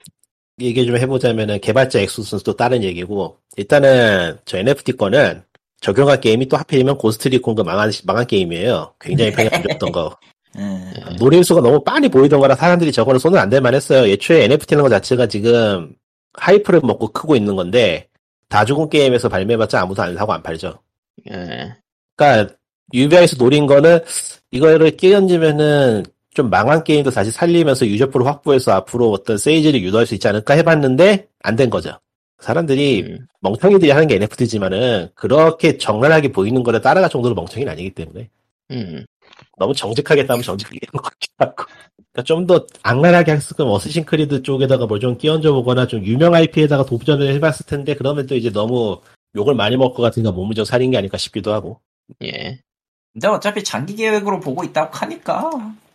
S3: 얘기 좀 해보자면은 개발자 엑소스는 또 다른 얘기고 일단은 저 NFT 거는 적용한 게임이 또 하필이면 고스트리콘과 망한 망한 게임이에요. 굉장히
S2: 네.
S3: 평이 안 좋았던 거. 예.
S2: 음,
S3: 노림수가 너무 빤히 보이던 거라 사람들이 저거를 손을 안 댈만 했어요. 예초에 NFT라는 것 자체가 지금 하이프를 먹고 크고 있는 건데 다 죽은 게임에서 발매해봤자 아무도 안 사고 안 팔죠.
S1: 예.
S3: 그러니까 UBI에서 노린 거는 이거를 끼얹으면은 좀 망한 게임도 다시 살리면서 유저풀을 확보해서 앞으로 어떤 세이지를 유도할 수 있지 않을까 해봤는데 안 된 거죠. 사람들이
S1: 음,
S3: 멍청이들이 하는 게 NFT지만은 그렇게 적나라하게 보이는 거를 따라갈 정도로 멍청이는 아니기 때문에
S1: 음.
S3: 너무 정직하게 따면 정직하게 되는 것 같기도 하고 그러니까 좀 더 악랄하게 했으면 어스신 크리드 쪽에다가 뭘 좀 끼얹어 보거나 좀 유명 IP에다가 도전을 해봤을 텐데 그러면 또 이제 너무 욕을 많이 먹을 것 같으니까 몸무정 살인 게 아닐까 싶기도 하고
S1: 예.
S2: 근데 어차피 장기 계획으로 보고 있다고 하니까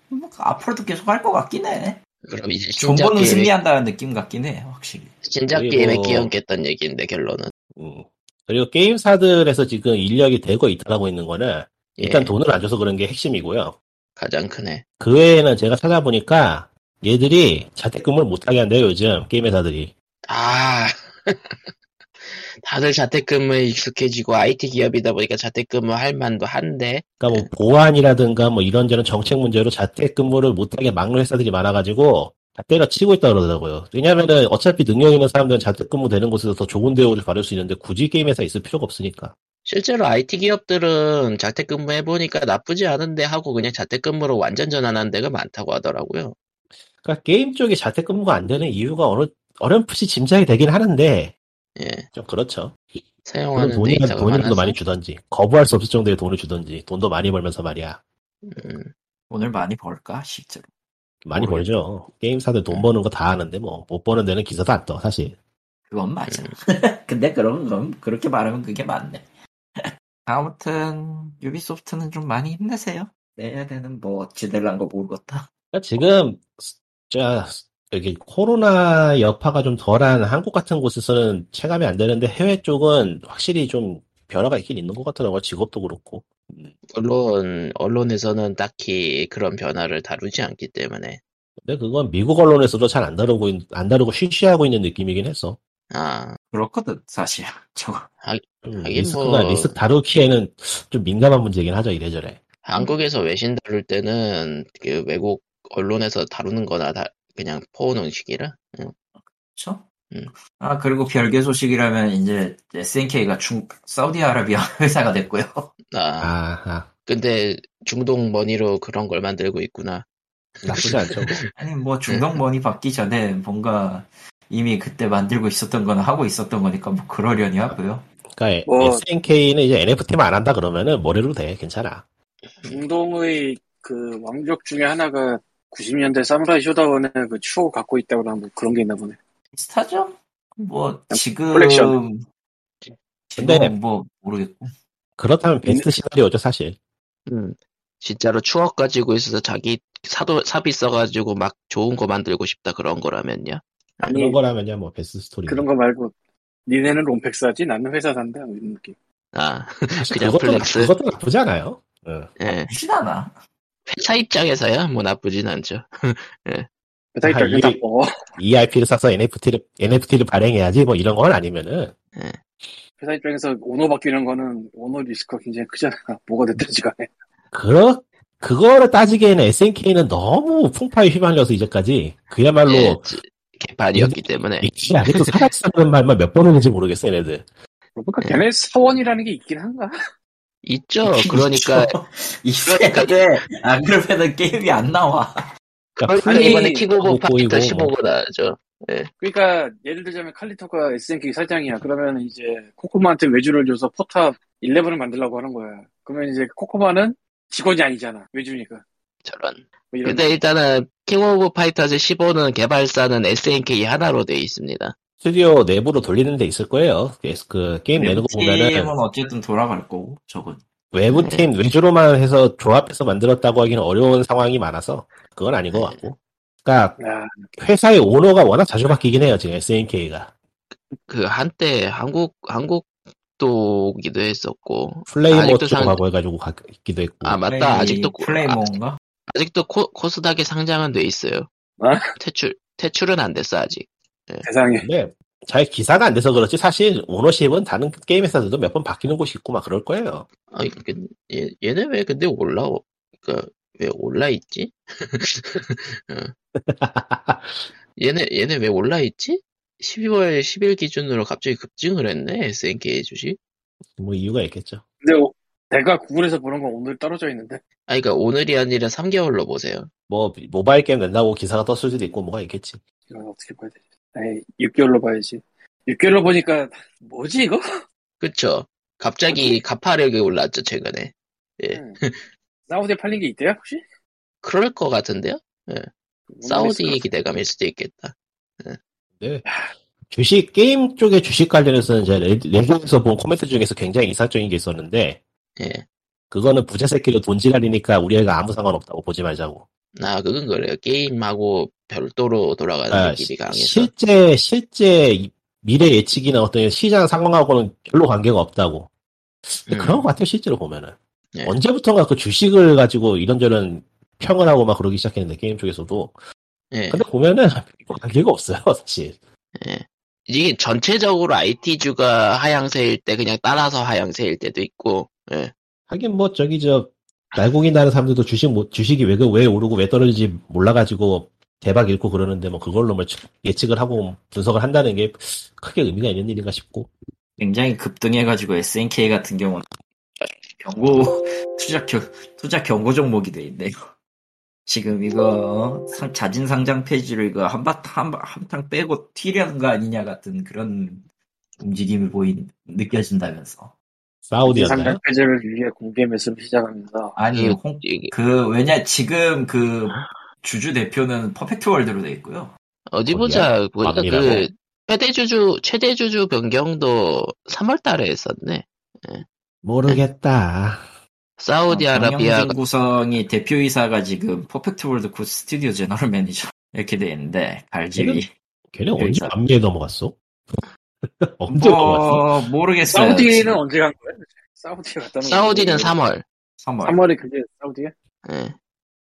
S2: 뭐 앞으로도 계속 할 것 같긴 해.
S1: 그럼 이제 신작
S2: 정보는
S1: 게임에,
S2: 승리한다는 느낌 같긴 해, 확실히.
S1: 신작
S3: 그리고-
S1: 게임에 끼얹겠다는 얘기인데, 결론은.
S3: 음. 그리고 게임사들에서 지금 인력이 되고 있다라고 있는 거는
S1: 예.
S3: 일단 돈을 안 줘서 그런 게 핵심이고요.
S1: 가장 크네.
S3: 그 외에는 제가 찾아보니까 얘들이 자택근무를 못하게 한대요, 요즘 게임회사들이.
S1: 아. 다들 자택근무에 익숙해지고 IT 기업이다 보니까 자택근무 할 만도 한데
S3: 그러니까 뭐 보안이라든가 뭐 이런저런 정책 문제로 자택근무를 못하게 막는 회사들이 많아가지고 다 때려치고 있다 그러더라고요. 왜냐면은 어차피 능력 있는 사람들은 자택근무 되는 곳에서 더 좋은 대우를 받을 수 있는데 굳이 게임회사에 있을 필요가 없으니까.
S1: 실제로 IT 기업들은 자택근무 해보니까 나쁘지 않은데 하고 그냥 자택근무로 완전 전환한 데가 많다고 하더라고요.
S3: 그러니까 게임 쪽이 자택근무가 안 되는 이유가 어느 어렴풋이 짐작이 되긴 하는데
S1: 예.
S3: 좀 그렇죠. 그럼
S1: 사용하는
S3: 돈이라도
S1: 데이터가
S3: 돈이라도
S1: 많아서.
S3: 많이 주던지 거부할 수 없을 정도의 돈을 주던지 돈도 많이 벌면서 말이야.
S1: 음,
S2: 오늘 많이 벌까 실제로
S3: 많이
S2: 모르겠다.
S3: 벌죠. 네. 게임사들 돈 버는 거 다 아는데 뭐 못 버는 데는 기사도 안 떠 사실.
S2: 그건 맞아 근데 그럼 그럼 그렇게 말하면 그게 맞네 아무튼 유비소프트는 좀 많이 힘내세요 내야 되는 뭐 어찌 될란 거 모르겠다
S3: 그러니까 지금 스- 자 여기 코로나 여파가 좀 덜한 한국 같은 곳에서는 체감이 안 되는데 해외 쪽은 확실히 좀 변화가 있긴 있는 것 같더라고요. 뭐 직업도 그렇고.
S1: 언론, 언론에서는 딱히 그런 변화를 다루지 않기 때문에.
S3: 근데 그건 미국 언론에서도 잘 안 다루고 있- 안 다루고 쉬쉬하고 있는 느낌이긴 했어.
S1: 아,
S2: 그렇거든 사실 저거
S3: 좀
S1: 하긴
S3: 리스크가
S1: 뭐-
S3: 리스크 다루기에는 좀 민감한 문제긴 하죠 이래저래.
S1: 한국에서 외신 다룰 때는 그 외국 언론에서 다루는 거나 다 그냥 포옹 음식이라. 응.
S2: 그렇죠?
S1: 음.
S2: 아 그리고 별개 소식이라면 이제 SNK가 중 사우디아라비아 회사가 됐고요
S1: 아,
S3: 아하
S1: 근데 중동 머니로 그런 걸 만들고 있구나.
S3: 나쁘지 않죠.
S2: 아니 뭐 중동 머니 받기 전에 뭔가 이미 그때 만들고 있었던 거는 하고 있었던 거니까 뭐 그러려니 하고요.
S3: 그러니까
S4: 뭐-
S3: SNK는 이제 NFT만 안 한다 그러면은 뭐래도 돼 괜찮아.
S4: 중동의 그 왕족 중에 하나가 90년대 사무라이 쇼다운의 그 추억을 갖고 있다거나 뭐 그런 게 있나 보네.
S2: 비슷하죠? 뭐 지금
S4: 컬렉션.
S3: 근데-
S2: 지금 뭐 모르겠고
S3: 그렇다면 베스트 시나리오죠 사실.
S1: 음. 진짜로 추억 가지고 있어서 자기 사도 사비 써가지고 막 좋은 거 만들고 싶다 그런 거라면요.
S4: 아니
S3: 그런 거라면야 뭐 베스트 스토리.
S4: 그런 거 말고 니네는 롬팩사지 나는 회사 산다 뭐 이런 느낌.
S1: 아,
S3: 사실
S1: 그냥
S3: 그것도
S1: 플렉스.
S3: 그것도 나쁘지 않아요. 어.
S1: 예.
S2: 쉽진 않아.
S1: 회사 입장에서야 뭐 나쁘진 않죠.
S4: 회사
S3: 아,
S4: 입장에서
S3: 이게-
S4: 나빠.
S3: EIP를 사서 NFT를 NFT를 발행해야지 뭐 이런 건 아니면은
S4: 회사 입장에서 오너 바뀌는 거는 오너 리스크가 굉장히 크잖아. 뭐가 됐든지 간에.
S3: 그 그거를 따지기에는 SNK는 너무 풍파에 휘말려서 이제까지 그야말로
S1: 예, 지- 개판이었기 때문에.
S3: 이게 아직도 살아있다는 말만 몇 번 했는지 모르겠어 얘네들.
S4: 그러니까
S1: 네.
S4: 걔네 사원이라는 게 있긴 한가?
S1: 있죠. 그러니까
S2: 그러니까 이 세대 안 아, 그러면은 게임이 안 나와.
S1: 그러니까
S4: 아니,
S1: 이번에 키고보
S3: 못 보이고.
S1: 파이터 15가 나죠.
S4: 그러니까 예를 들자면 칼리터가 SNK 사장이야. 그러면 이제 코코마한테 외주를 줘서 포탑 11을 만들라고 하는 거야. 그러면 이제 코코마는 직원이 아니잖아. 외주니까.
S1: 저런.
S4: 뭐 이런
S1: 근데 일단은 킹 오브 파이터즈 15는 개발사는 SNK 하나로 돼 있습니다.
S3: 스튜디오 내부로 돌리는 데 있을 거예요. 그래서 그 게임
S1: 네,
S3: 내는 거
S1: 뭐
S2: 게임은
S3: 보면은
S2: 어쨌든 돌아갈 거고 저건
S1: 네.
S3: 외부팀 외주로만 해서 조합해서 만들었다고 하기는 어려운 상황이 많아서 그건 아닌
S1: 네.
S3: 것 같고. 그러니까
S4: 아,
S3: 회사의 오너가 워낙 자주 바뀌긴 해요 지금 SNK가
S1: 그 한때 한국 한국도기도 했었고
S3: 플레이모
S1: 아직도
S3: 쪽으로
S1: 상-
S3: 가고 해가지고 가, 있기도 했고.
S1: 아 맞다
S2: 플레이-
S1: 아직도 코- 아,
S2: 플레이몬가
S1: 아직도 코, 스닥에 상장은 돼 있어요.
S4: 아?
S1: 퇴출 퇴출은 안 됐어 아직.
S4: 세상에.
S3: 근데 잘 기사가 안 돼서 그렇지 사실 오너십은 다른 게임 회사들도 몇 번 바뀌는 곳이 있고 막 그럴 거예요.
S1: 아니 그- 얘, 얘네 왜 근데 올라오 그러니까 왜 올라 있지? 어. 얘네 얘네 왜 올라 있지? 12월 10일 기준으로 갑자기 급증을 했네 SNK 주식.
S3: 뭐 이유가 있겠죠.
S4: 근데 오- 내가 구글에서 보는 건 오늘 떨어져 있는데.
S1: 아 그러니까 오늘이 아니라 3개월로 보세요.
S3: 뭐 모바일 게임 낸다고 기사가 떴을 수도 있고 뭐가 있겠지.
S4: 이건 어떻게 봐야 되지? 에이, 6개월로 봐야지. 6개월로 보니까 뭐지 이거?
S1: 그쵸? 갑자기 가파르게 올랐죠 최근에. 예.
S4: 음. 사우디에 팔린 게 있대요 혹시?
S1: 그럴 것 같은데요? 사우디
S4: 모르겠어.
S1: 기대감일 수도 있겠다.
S3: 네. 주식 게임 쪽의 주식 관련해서는 제가 레- 레드에서 본 코멘트 중에서 굉장히 이상적인 게 있었는데
S1: 예.
S3: 그거는 부자 새끼로 돈 지랄이니까 우리 애가 아무 상관없다고 보지 말자고.
S1: 아, 그건 그래요. 게임하고 별도로 돌아가는
S3: 아,
S1: 느낌이 강해서.
S3: 실제 실제 이- 미래 예측이나 어떤 시장 상황하고는 별로 관계가 없다고. 근데
S1: 음.
S3: 그런 것 같아요 실제로 보면은
S1: 네.
S3: 언제부턴가 그 주식을 가지고 이런저런 평을 하고 막 그러기 시작했는데 게임 쪽에서도
S1: 예,
S3: 근데 보면은 관계가 없어요 사실.
S1: 예. 이게 전체적으로 IT주가 하향세일 때 그냥 따라서 하향세일 때도 있고, 예.
S3: 하긴 뭐 저기 저 날고기 나는 사람들도 주식 못- 주식이 왜, 그- 왜 오르고 왜 떨어지지 몰라가지고 대박 읽고 그러는데 뭐 그걸로 뭐 추- 예측을 하고 분석을 한다는 게 크게 의미가 있는 일인가 싶고
S2: 굉장히 급등해가지고 SNK 같은 경우는 경고 투자 경 투자 경고 종목이 돼 있네요. 지금 이거 상- 자진 상장 페이지를 이거 한바 한, 한탕 빼고 튀려는 거 아니냐 같은 그런 움직임이 보인 느껴진다면서
S3: 사우디였나요?
S4: 상장까지를 위해 공개 매수를 시작합니다.
S2: 아니
S1: 음,
S2: 홍,
S1: 이게
S2: 그 왜냐 지금 그 주주 대표는 퍼펙트 월드로 돼 있고요.
S1: 어디
S3: 어디야?
S1: 보자. 보니까 그
S3: 밤이라고?
S1: 최대 주주 최대 주주 변경도 3월 달에 했었네.
S3: 모르겠다.
S1: 사우디아라비아
S2: 경영진 구성이 대표이사가 지금 퍼펙트 월드 굿 스튜디오 제너럴 매니저 이렇게 돼 있는데 갈집이
S3: 걔네 언제
S2: 일단-
S3: 밤에 넘어갔어? 언제
S1: 뭐
S3: 넘어갔어?
S2: 어, 모르겠어요.
S4: 사우디는
S2: 지금
S4: 언제 간 거예요? 사우디에
S1: 네.
S4: 갔다는 거예요?
S1: 사우디는 3월. 예.
S2: 3월.
S4: 3월에 그게 사우디에?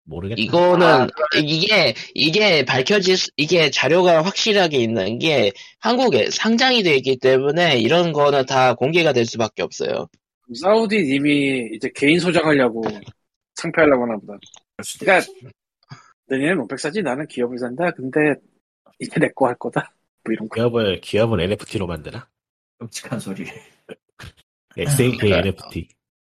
S3: 모르겠다.
S1: 이거는
S4: 아,
S1: 이게 이게 밝혀질 수- 이게 자료가 확실하게 있는 게 한국에 상장이 돼 있기 때문에 이런 거는 다 공개가 될 수밖에 없어요.
S4: 사우디 님이 이제 개인 소장하려고 창피하려고 하나 보다.
S2: 그럴 수도
S4: 그러니까
S2: 있지.
S4: 내년엔 500 사지 나는 기업을 산다. 근데 이게 내 거 할 거다. 뭐 이런 거.
S3: 기업을 기업을 NFT로 만드나?
S2: 끔찍한 소리.
S3: SNK
S1: 아, 그러니까-
S3: NFT.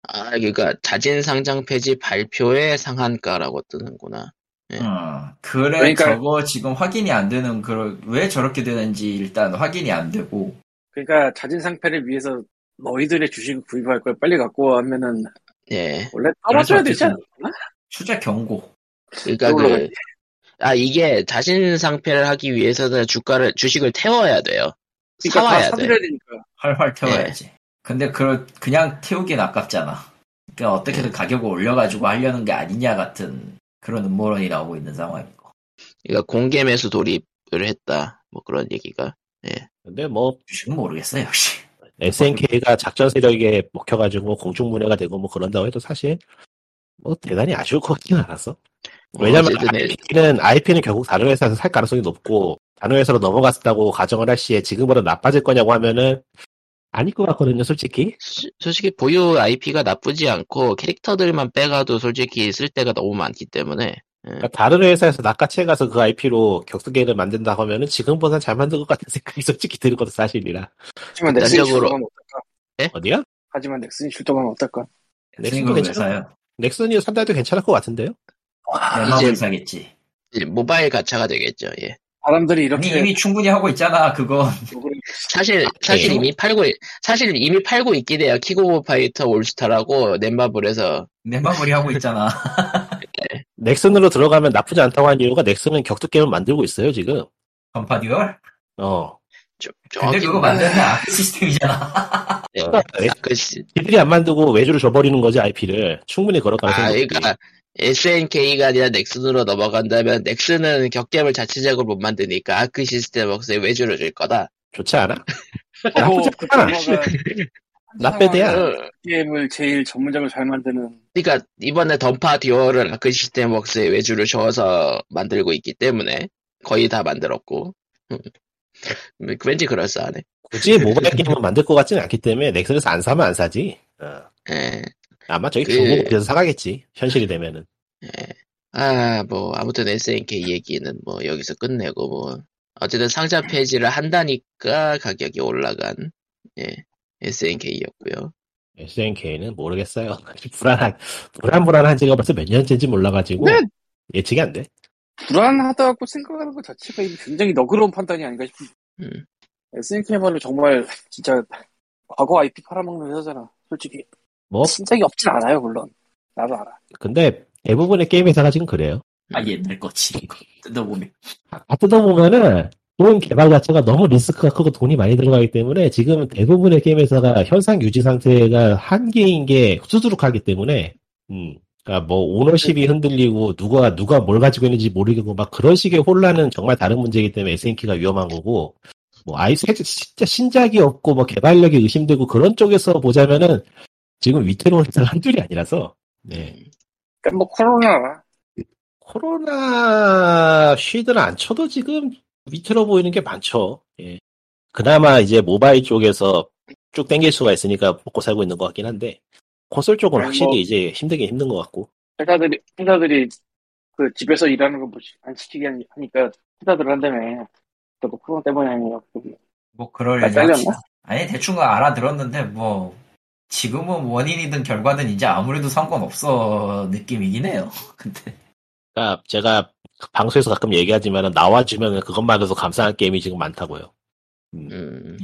S1: 아, 그러니까 자진 상장 폐지 발표의 상한가라고 뜨는구나.
S2: 음, 그래
S4: 그러니까-
S2: 저거 지금 확인이 안 되는 그런 왜 저렇게 되는지 일단 확인이 안 되고
S4: 그러니까 자진 상패를 위해서 너희들의 주식을 구입할 걸 빨리 갖고 와 하면은
S1: 예.
S4: 원래 떨어져야 되지 않나?
S2: 어쨌든- 투자 경고.
S1: 그러니까 그,
S4: 올라가지.
S1: 아 이게 자신 상패를 하기 위해서는 주가를 주식을 태워야 돼요.
S4: 그러니까 다
S1: 사와야 돼.
S4: 사들여야 되니까.
S2: 활활 태워야지. 근데 그 그냥 태우긴 아깝잖아. 그러니까 어떻게든 가격을 올려가지고 하려는 게 아니냐 같은 그런 음모론이 나오고 있는 상황이고.
S1: 그러니까 공개 매수 돌입을 했다. 뭐 그런 얘기가.
S3: 근데 뭐
S2: 주식은 모르겠어요 역시.
S3: SNK가 작전 세력에 먹혀가지고 공중분해가 되고 뭐 그런다고 해도 사실 뭐 대단히 아쉬울 것 같지는 않았어.
S1: 뭐
S3: 왜냐면
S1: 어쨌든
S3: IP는 IP는 결국 다른 회사에서 살 가능성이 높고 다른 회사로 넘어갔다고 가정을 할 시에 지금보다 나빠질 거냐고 하면은 아닐 것 같거든요, 솔직히.
S1: 시- 솔직히 보유 IP가 나쁘지 않고 캐릭터들만 빼가도 솔직히 쓸 데가 너무 많기 때문에
S3: 그러니까 다른 회사에서 낚아채 가서 그 IP로 격투게임을 만든다 고 하면은 지금보다 잘 만든 것 같은 생각이 솔직히 드는 것도 사실이라.
S4: 하지만 넥슨이
S1: 인간적으로-
S4: 출동하면 어떨까?
S3: 어디야?
S4: 하지만 넥슨이 출동하면 어떨까?
S3: 넥슨도
S2: 넥슨도
S3: 괜찮아.
S2: 회사요.
S3: 넥슨이 산다도 괜찮을 것 같은데요?
S2: 내마음
S1: 이제-
S2: 회사겠지.
S1: 이제 예, 모바일 가차가 되겠죠. 예.
S4: 사람들이
S2: 아니,
S4: 이렇게
S2: 이미 충분히 하고 있잖아 그거.
S4: 누구를
S1: 사실 사실
S3: 예.
S1: 이미 팔고 있- 사실 이미 팔고 있긴 해요. 킥오브 파이터 올스타라고 넷마블에서
S2: 내마무리 하고 있잖아.
S3: 넥슨으로 들어가면 나쁘지 않다고 한 이유가 넥슨은 격투게임을 만들고 있어요, 지금.
S2: 건파 듀얼?
S3: 어.
S1: 좀-
S2: 근데
S1: 정확히
S2: 그거
S1: 보면-
S2: 만드는 아 시스템이잖아.
S1: 예. 그 시-
S3: 이들이 안 만들고 외주를 줘버리는 거지, IP를. 충분히 그럴
S1: 아,
S3: 가능성이
S1: 그러니까 SNK가 아니라 넥슨으로 넘어간다면 넥슨은 격겜을 자체적으로 못 만드니까 아크 시스템 웍스에 외주를 줄 거다.
S3: 좋지 않아?
S4: 하고
S3: 나쁘지
S4: 그
S3: 않아.
S4: 동화가
S3: 나쁘대야.
S4: 그
S1: 어,
S4: 게임을 제일 전문적으로 잘 만드는
S1: 그러니까 이번에 던파 듀얼을 아크 시스템 웍스에 외주를 줘서 만들고 있기 때문에 거의 다 만들었고 음, 왠지 그럴싸하네.
S3: 굳이 모바일 게임을 만들 것 같지는 않기 때문에 넥슨에서 안 사면 안 사지. 어.
S1: 예.
S3: 아마 저기
S1: 그-
S3: 중국 어디서 사가겠지. 현실이 되면은.
S1: 예. 아, 뭐, 아무튼 SNK 얘기는 뭐, 여기서 끝내고, 뭐. 어쨌든 상자 페이지를 한다니까 가격이 올라간, 예, SNK였고요.
S3: SNK는 모르겠어요. 불안한, 불안불안한 지가 벌써 몇 년째인지 몰라가지고.
S4: 네.
S3: 예측이 안 돼.
S4: 불안하다고 생각하는 것 자체가 이미 굉장히 너그러운 판단이 아닌가 싶은
S1: 음.
S4: SNK야말로 정말 진짜 과거 IP 팔아먹는 회사잖아 솔직히
S3: 뭐,
S4: 신작이 없진 않아요 물론 나도 알아
S3: 근데 대부분의 게임 회사가 지금 그래요.
S2: 아
S1: 음,
S2: 옛날 거지 이거 뜯어보면.
S3: 다 뜯어보면은 게임 개발 자체가 너무 리스크가 크고 돈이 많이 들어가기 때문에 지금 대부분의 게임 회사가 현상 유지 상태가 한계인 게 수두룩하기 때문에, 음. 그니까 뭐 오너십이 흔들리고 누가 누가 뭘 가지고 있는지 모르겠고 막 그런 식의 혼란은 정말 다른 문제이기 때문에 SNK가 위험한 거고 뭐 아예 새- 진짜 신작이 없고 뭐 개발력이 의심되고 그런 쪽에서 보자면은 지금 위태로운 회사가 한둘이 아니라서 네.
S4: 그러니까 뭐 코로나
S3: 코로나 쉬든 안 쳐도 지금 위태로 보이는 게 많죠. 예. 그나마 이제 모바일 쪽에서 쭉 땡길 수가 있으니까 먹고 살고 있는 것 같긴 한데 콘솔 쪽은
S4: 아니,
S3: 확실히
S4: 뭐.
S3: 이제 힘들긴 힘든 것 같고
S4: 회사들이 회사들이 그 집에서 일하는 거안 시키게 하니- 하니까 회사들 한다며 또 코로나 때문이 아니에요
S2: 뭐
S4: 아,
S2: 그러려니
S4: 잘렸나?
S2: 합시다. 아니 대충 알아들었는데 뭐 지금은 원인이든 결과든 이제 아무래도 상관없어 느낌이긴 해요. 근데
S3: 그러니까 제가 방송에서 가끔 얘기하지만 나와주면 그것만으로도 감사한 게임이 지금 많다고요.
S1: 음,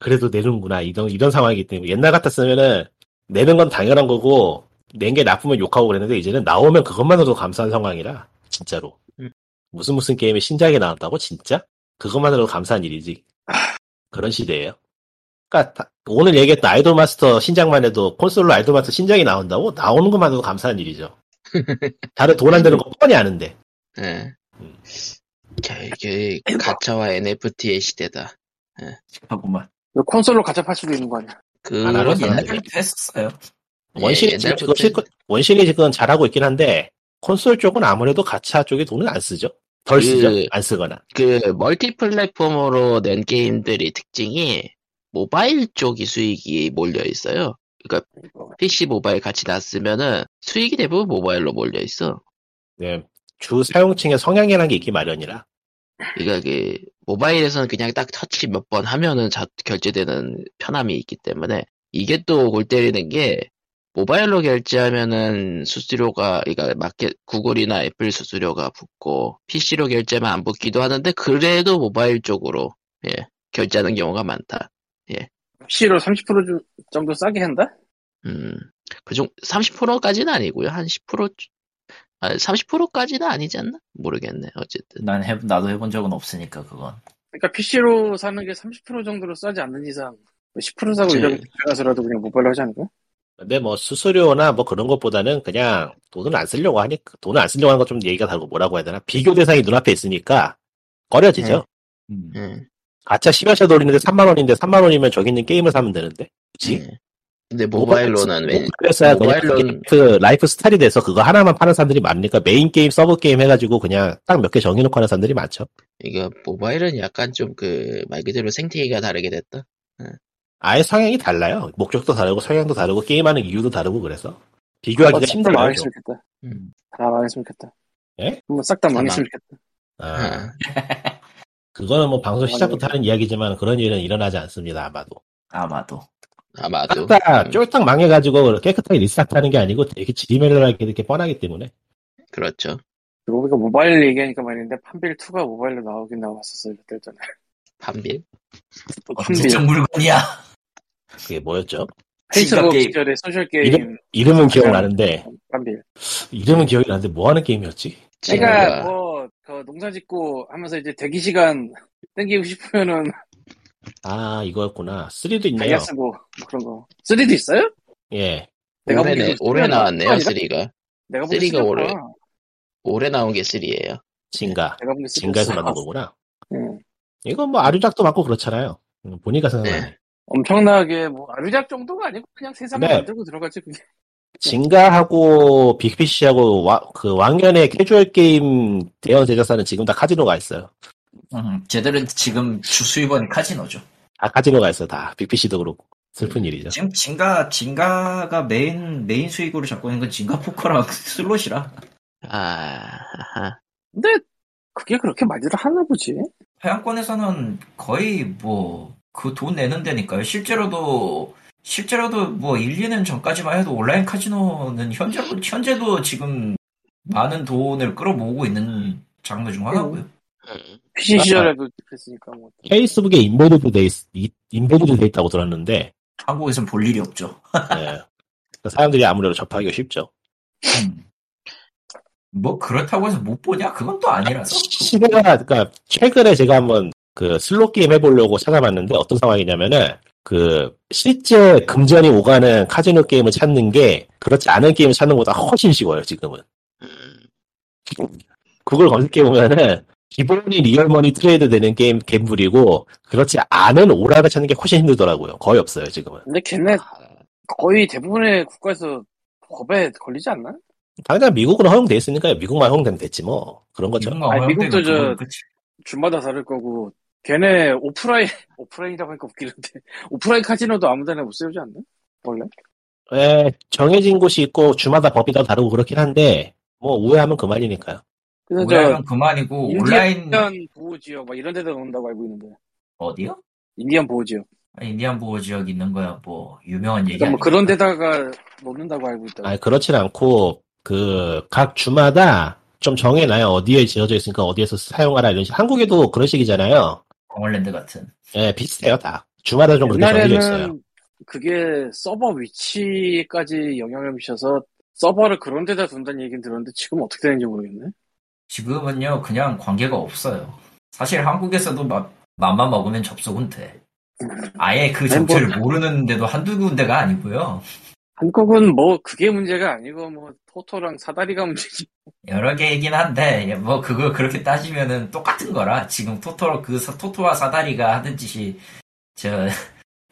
S3: 그래도 내는구나 이런 이런 상황이기 때문에 옛날 같았으면은 내는 건 당연한 거고 낸 게 나쁘면 욕하고 그랬는데 이제는 나오면 그것만으로도 감사한 상황이라 진짜로
S1: 음.
S3: 무슨 무슨 게임이 신작이 나왔다고 진짜 그것만으로도 감사한 일이지
S1: 아.
S3: 그런 시대예요. 그러니까 다- 오늘 얘기했던 아이돌 마스터 신작만 해도 콘솔로 아이돌 마스터 신작이 나온다고 나오는 것만으로도 감사한 일이죠. 다른 돈 안 되는
S1: 음.
S3: 거 뻔히 아는데
S1: 예.
S3: 음.
S1: 자, 이게 가차와 NFT의 시대다.
S2: 하고만.
S4: 이거 그 콘솔로 가짜 팔 수도 있는 거 아니야?
S1: 그,
S3: 아,
S2: 아,
S3: 나는
S2: 그건
S3: 그렇구나.
S2: 옛날부터 했었어요.
S1: 예,
S3: 원신이 지금
S1: 옛날부터
S3: 실컷- 원신이 지금 잘하고 있긴 한데 콘솔 쪽은 아무래도 가차 쪽에 돈을 안 쓰죠. 덜
S1: 그-
S3: 쓰죠. 안 쓰거나.
S1: 그 멀티 플랫폼으로 낸 게임들이 특징이 모바일 쪽이 수익이 몰려 있어요. 그러니까 PC 모바일 같이 났으면은 수익이 대부분 모바일로 몰려 있어.
S3: 네. 주 사용층의 성향이라는 게 있기 마련이라.
S1: 그러니까 그 모바일에서는 그냥 딱 터치 몇 번 하면은 자- 결제되는 편함이 있기 때문에 이게 또 골 때리는 게 모바일로 결제하면은 수수료가 그러니까 마켓 구글이나 애플 수수료가 붙고 PC로 결제만 안 붙기도 하는데 그래도 모바일 쪽으로 예, 결제하는 경우가 많다.
S4: PC로 30% 주- 정도 싸게 한다?
S1: 음, 그중 30%까지는 아니고요. 한 10%, 아, 30%까지는 아니지 않나? 모르겠네. 어쨌든.
S2: 난 해, 나도 해본 적은 없으니까 그건.
S4: 그러니까 PC로 사는 게 30% 정도로 싸지 않는 이상 10% 사고
S1: 그치.
S4: 이런 가서라도 그냥 모바일로 하지 않을까?
S3: 근데 뭐 수수료나 뭐 그런 것보다는 그냥 돈을 안 쓰려고 하니까 돈을 안 쓰려고 하는 건 좀 얘기가 다르고 뭐라고 해야 되나 비교 대상이 눈앞에 있으니까 꺼려지죠.
S1: 네.
S2: 음.
S1: 음,
S3: 가차 10여차 돌리는데 3만 원인데 3만 원이면 저기 있는 게임을 사면 되는데. 그치?
S1: 음. 근데 모바일로는 왜,
S3: 모바일에서야 그냥
S1: 모바일로는-
S3: 그 라이프 스타일이 돼서 그거 하나만 파는 사람들이 많으니까 메인 게임 서브 게임 해가지고 그냥 딱 몇 개 정해놓고 하는 사람들이 많죠.
S1: 이거 모바일은 약간 좀 그, 말 그대로 생태계가 다르게 됐다.
S3: 아예 성향이 달라요. 목적도 다르고 성향도 다르고 게임하는 이유도 다르고 그래서 비교하기가
S4: 싹다
S3: 힘들어요. 좀.
S4: 아, 망했으면 좋겠다.
S1: 음.
S4: 다 망했으면 좋겠다.
S3: 예?
S4: 한번 싹 다
S1: 다
S4: 망했으면 좋겠다.
S3: 아,
S1: 아,
S3: 그거는 뭐 방송
S4: 맞아요.
S3: 시작부터 하는 이야기지만 그런 일은 일어나지 않습니다. 아마도.
S2: 아마도.
S1: 아마도.
S3: 딱다
S1: 음,
S3: 쫄딱 망해가지고 깨끗하게 리스타트하는 게 아니고 되게 지리멸렬하게 이렇게 뻔하기 때문에
S1: 그렇죠.
S4: 그리고 우리가 모바일 얘기하니까 말인데 판빌2가 모바일로 나오긴 나왔었어요. 그때 전에.
S1: 반빌.
S2: 어떤 물건이야.
S3: 그게 뭐였죠?
S4: 페이스북
S2: 게임.
S4: 시절에 소셜 게임
S3: 이름은 기억나는데
S4: 판빌.
S3: 이름은 기억이 나는데 뭐 하는 게임이었지?
S4: 제가
S1: 제가,
S4: 뭐그 농사 짓고 하면서 이제 대기 시간 땡기고 싶으면은
S3: 아 이거였구나 3도 있네요
S4: 다이아 쓰고 뭐 그런 거. 3도 있어요?
S3: 예
S4: 내가
S1: 올해,
S4: 보기엔
S1: 내-
S4: 좀
S1: 올해
S4: 쓰려나?
S1: 나왔네요,
S4: 아니다.
S1: 3가.
S4: 내가 보기
S1: 3가 올해.
S4: 내가
S1: 올해 나온 게 3예요.
S3: 진가
S4: 보기
S3: 진가에서
S4: 쓰리였어.
S3: 만든 거구나
S4: 응.
S3: 이건 뭐 아류작도 많고 그렇잖아요 음, 보니까 생각나네
S4: 엄청나게 뭐 아류작 정도가 아니고 그냥 세상을
S3: 네.
S4: 만들고 들어갔지 그게.
S3: 진가하고 빅피쉬하고 와, 그 왕년의 캐주얼 게임 대형 제작사는 지금 다 카지노가 있어요
S2: 음, 쟤들은 지금 주 수입원 카지노죠.
S3: 다 카지노가 있어요 다 빅피쉬도 그렇고 슬픈 일이죠
S2: 지금 진가 진가가 메인 메인 수익으로 잡고 있는 건 진가 포커랑 슬롯이라
S1: 아, 아하.
S4: 근데 그게 그렇게 많이들 하나 보지. 그
S2: 하양권에서는 거의 뭐 그 돈 내는 데니까요. 실제로도 실제로도 뭐 1, 2년 전까지만 해도 온라인 카지노는 현재 현재도 지금 많은 돈을 끌어모으고 있는 장르 중 하나고요.
S1: 음.
S4: PC 시절에도 그랬으니까 뭐.
S3: 페이스북에 인베드도 돼, 있, 이- 인베드도 돼 있다고 들었는데
S2: 한국에선 볼 일이 없죠.
S3: 예. 그 사람들이 아무래도 접하기가 쉽죠.
S2: 음. 뭐 그렇다고 해서 못 보냐? 그건 또 아니라서.
S3: 시대가, 그러니까 최근에 제가 한번 그 슬롯 게임 해보려고 찾아봤는데 어떤 상황이냐면은 그 실제 금전이 오가는 카지노 게임을 찾는 게 그렇지 않은 게임을 찾는 것보다 훨씬 쉬워요 지금은.
S1: 음.
S3: 그걸 검색해 보면은 기본이 리얼머니 트레이드 되는 게임 갬블이고 그렇지 않은 오락을 찾는 게 훨씬 힘들더라고요. 거의 없어요 지금은.
S4: 근데 걔네
S1: 아,
S4: 거의 대부분의 국가에서 법에 걸리지 않나?
S3: 당장 미국은 허용돼 있으니까 미국만 허용되면 됐지 뭐 그런 거죠.
S2: 미국만
S4: 아니, 미국도
S2: 어렵대니까
S4: 저-
S2: 그건 끝이-
S4: 주마다 다를 거고 걔네 오프라인 오프라인이라고 하니까 웃기는데 오프라인 카지노도 아무데나 못 세우지 않나? 원래?
S3: 예, 정해진 곳이 있고 주마다 법이 다 다르고 그렇긴 한데 뭐 우회하면 그만이니까요.
S4: 그래서 저
S2: 오해하면 그만이고 온라인
S4: 인디언 보호 지역 막 이런 데다 놓는다고 알고 있는데
S2: 어디요?
S4: 인디언 보호 지역
S2: 아니, 인디안 보호 지역 있는 거야 뭐 유명한 얘기
S4: 그러니까 뭐
S2: 아니야.
S4: 그런 데다가 놓는다고 알고 있다.
S3: 아, 그렇진 않고 그 각 주마다 좀 정해놔요. 어디에 지어져 있으니까 어디에서 사용하라 이런 식. 한국에도 그런 식이잖아요.
S2: 덩얼랜드 같은.
S3: 예, 비슷해요, 다. 주마다 좀 그렇게 뭐 정해져 있어요.
S4: 옛날에는 그게 서버 위치까지 영향을 미쳐서 서버를 그런 데다 둔다는 얘기는 들었는데 지금 어떻게 되는지 모르겠네.
S2: 지금은요, 그냥 관계가 없어요. 사실 한국에서도 마, 맘만 먹으면 접속은 돼. 아예
S4: 뭐
S2: 그 정체를 모르는데도 한두 군데가 아니고요.
S4: 한국은 뭐 그게 문제가 아니고 뭐 토토랑 사다리가 문제지.
S2: 여러 개이긴 한데, 뭐, 그거 그렇게 따지면은 똑같은 거라. 지금 토토, 그, 사- 토토와 사다리가 하는 짓이, 저,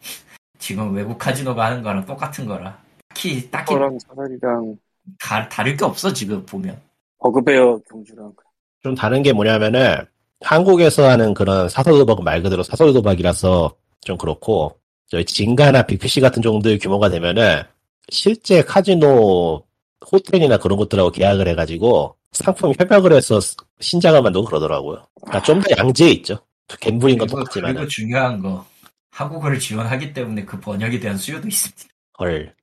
S2: 지금 외국 카지노가 하는 거랑 똑같은 거라. 딱히, 딱히,
S4: 토토랑 사다리랑
S2: 가- 다를 게 없어, 지금 보면.
S4: 버그베어 경주랑
S3: 좀 다른 게 뭐냐면은, 한국에서 하는 그런 사설도박 말 그대로 사설도박이라서 좀 그렇고, 저희 진가나 BPC 같은 정도의 규모가 되면은, 실제 카지노 호텔이나 그런 것들하고 계약을 해가지고, 상품 협약을 해서 신작을 만들고 그러더라고요. 그러니까 좀 더 양지에 있죠. 갬블인 건
S2: 그리고,
S3: 똑같지만.
S2: 네, 그리고
S3: 은
S2: 중요한 거. 한국어를 지원하기 때문에 그 번역에 대한 수요도 있습니다.
S3: 헐.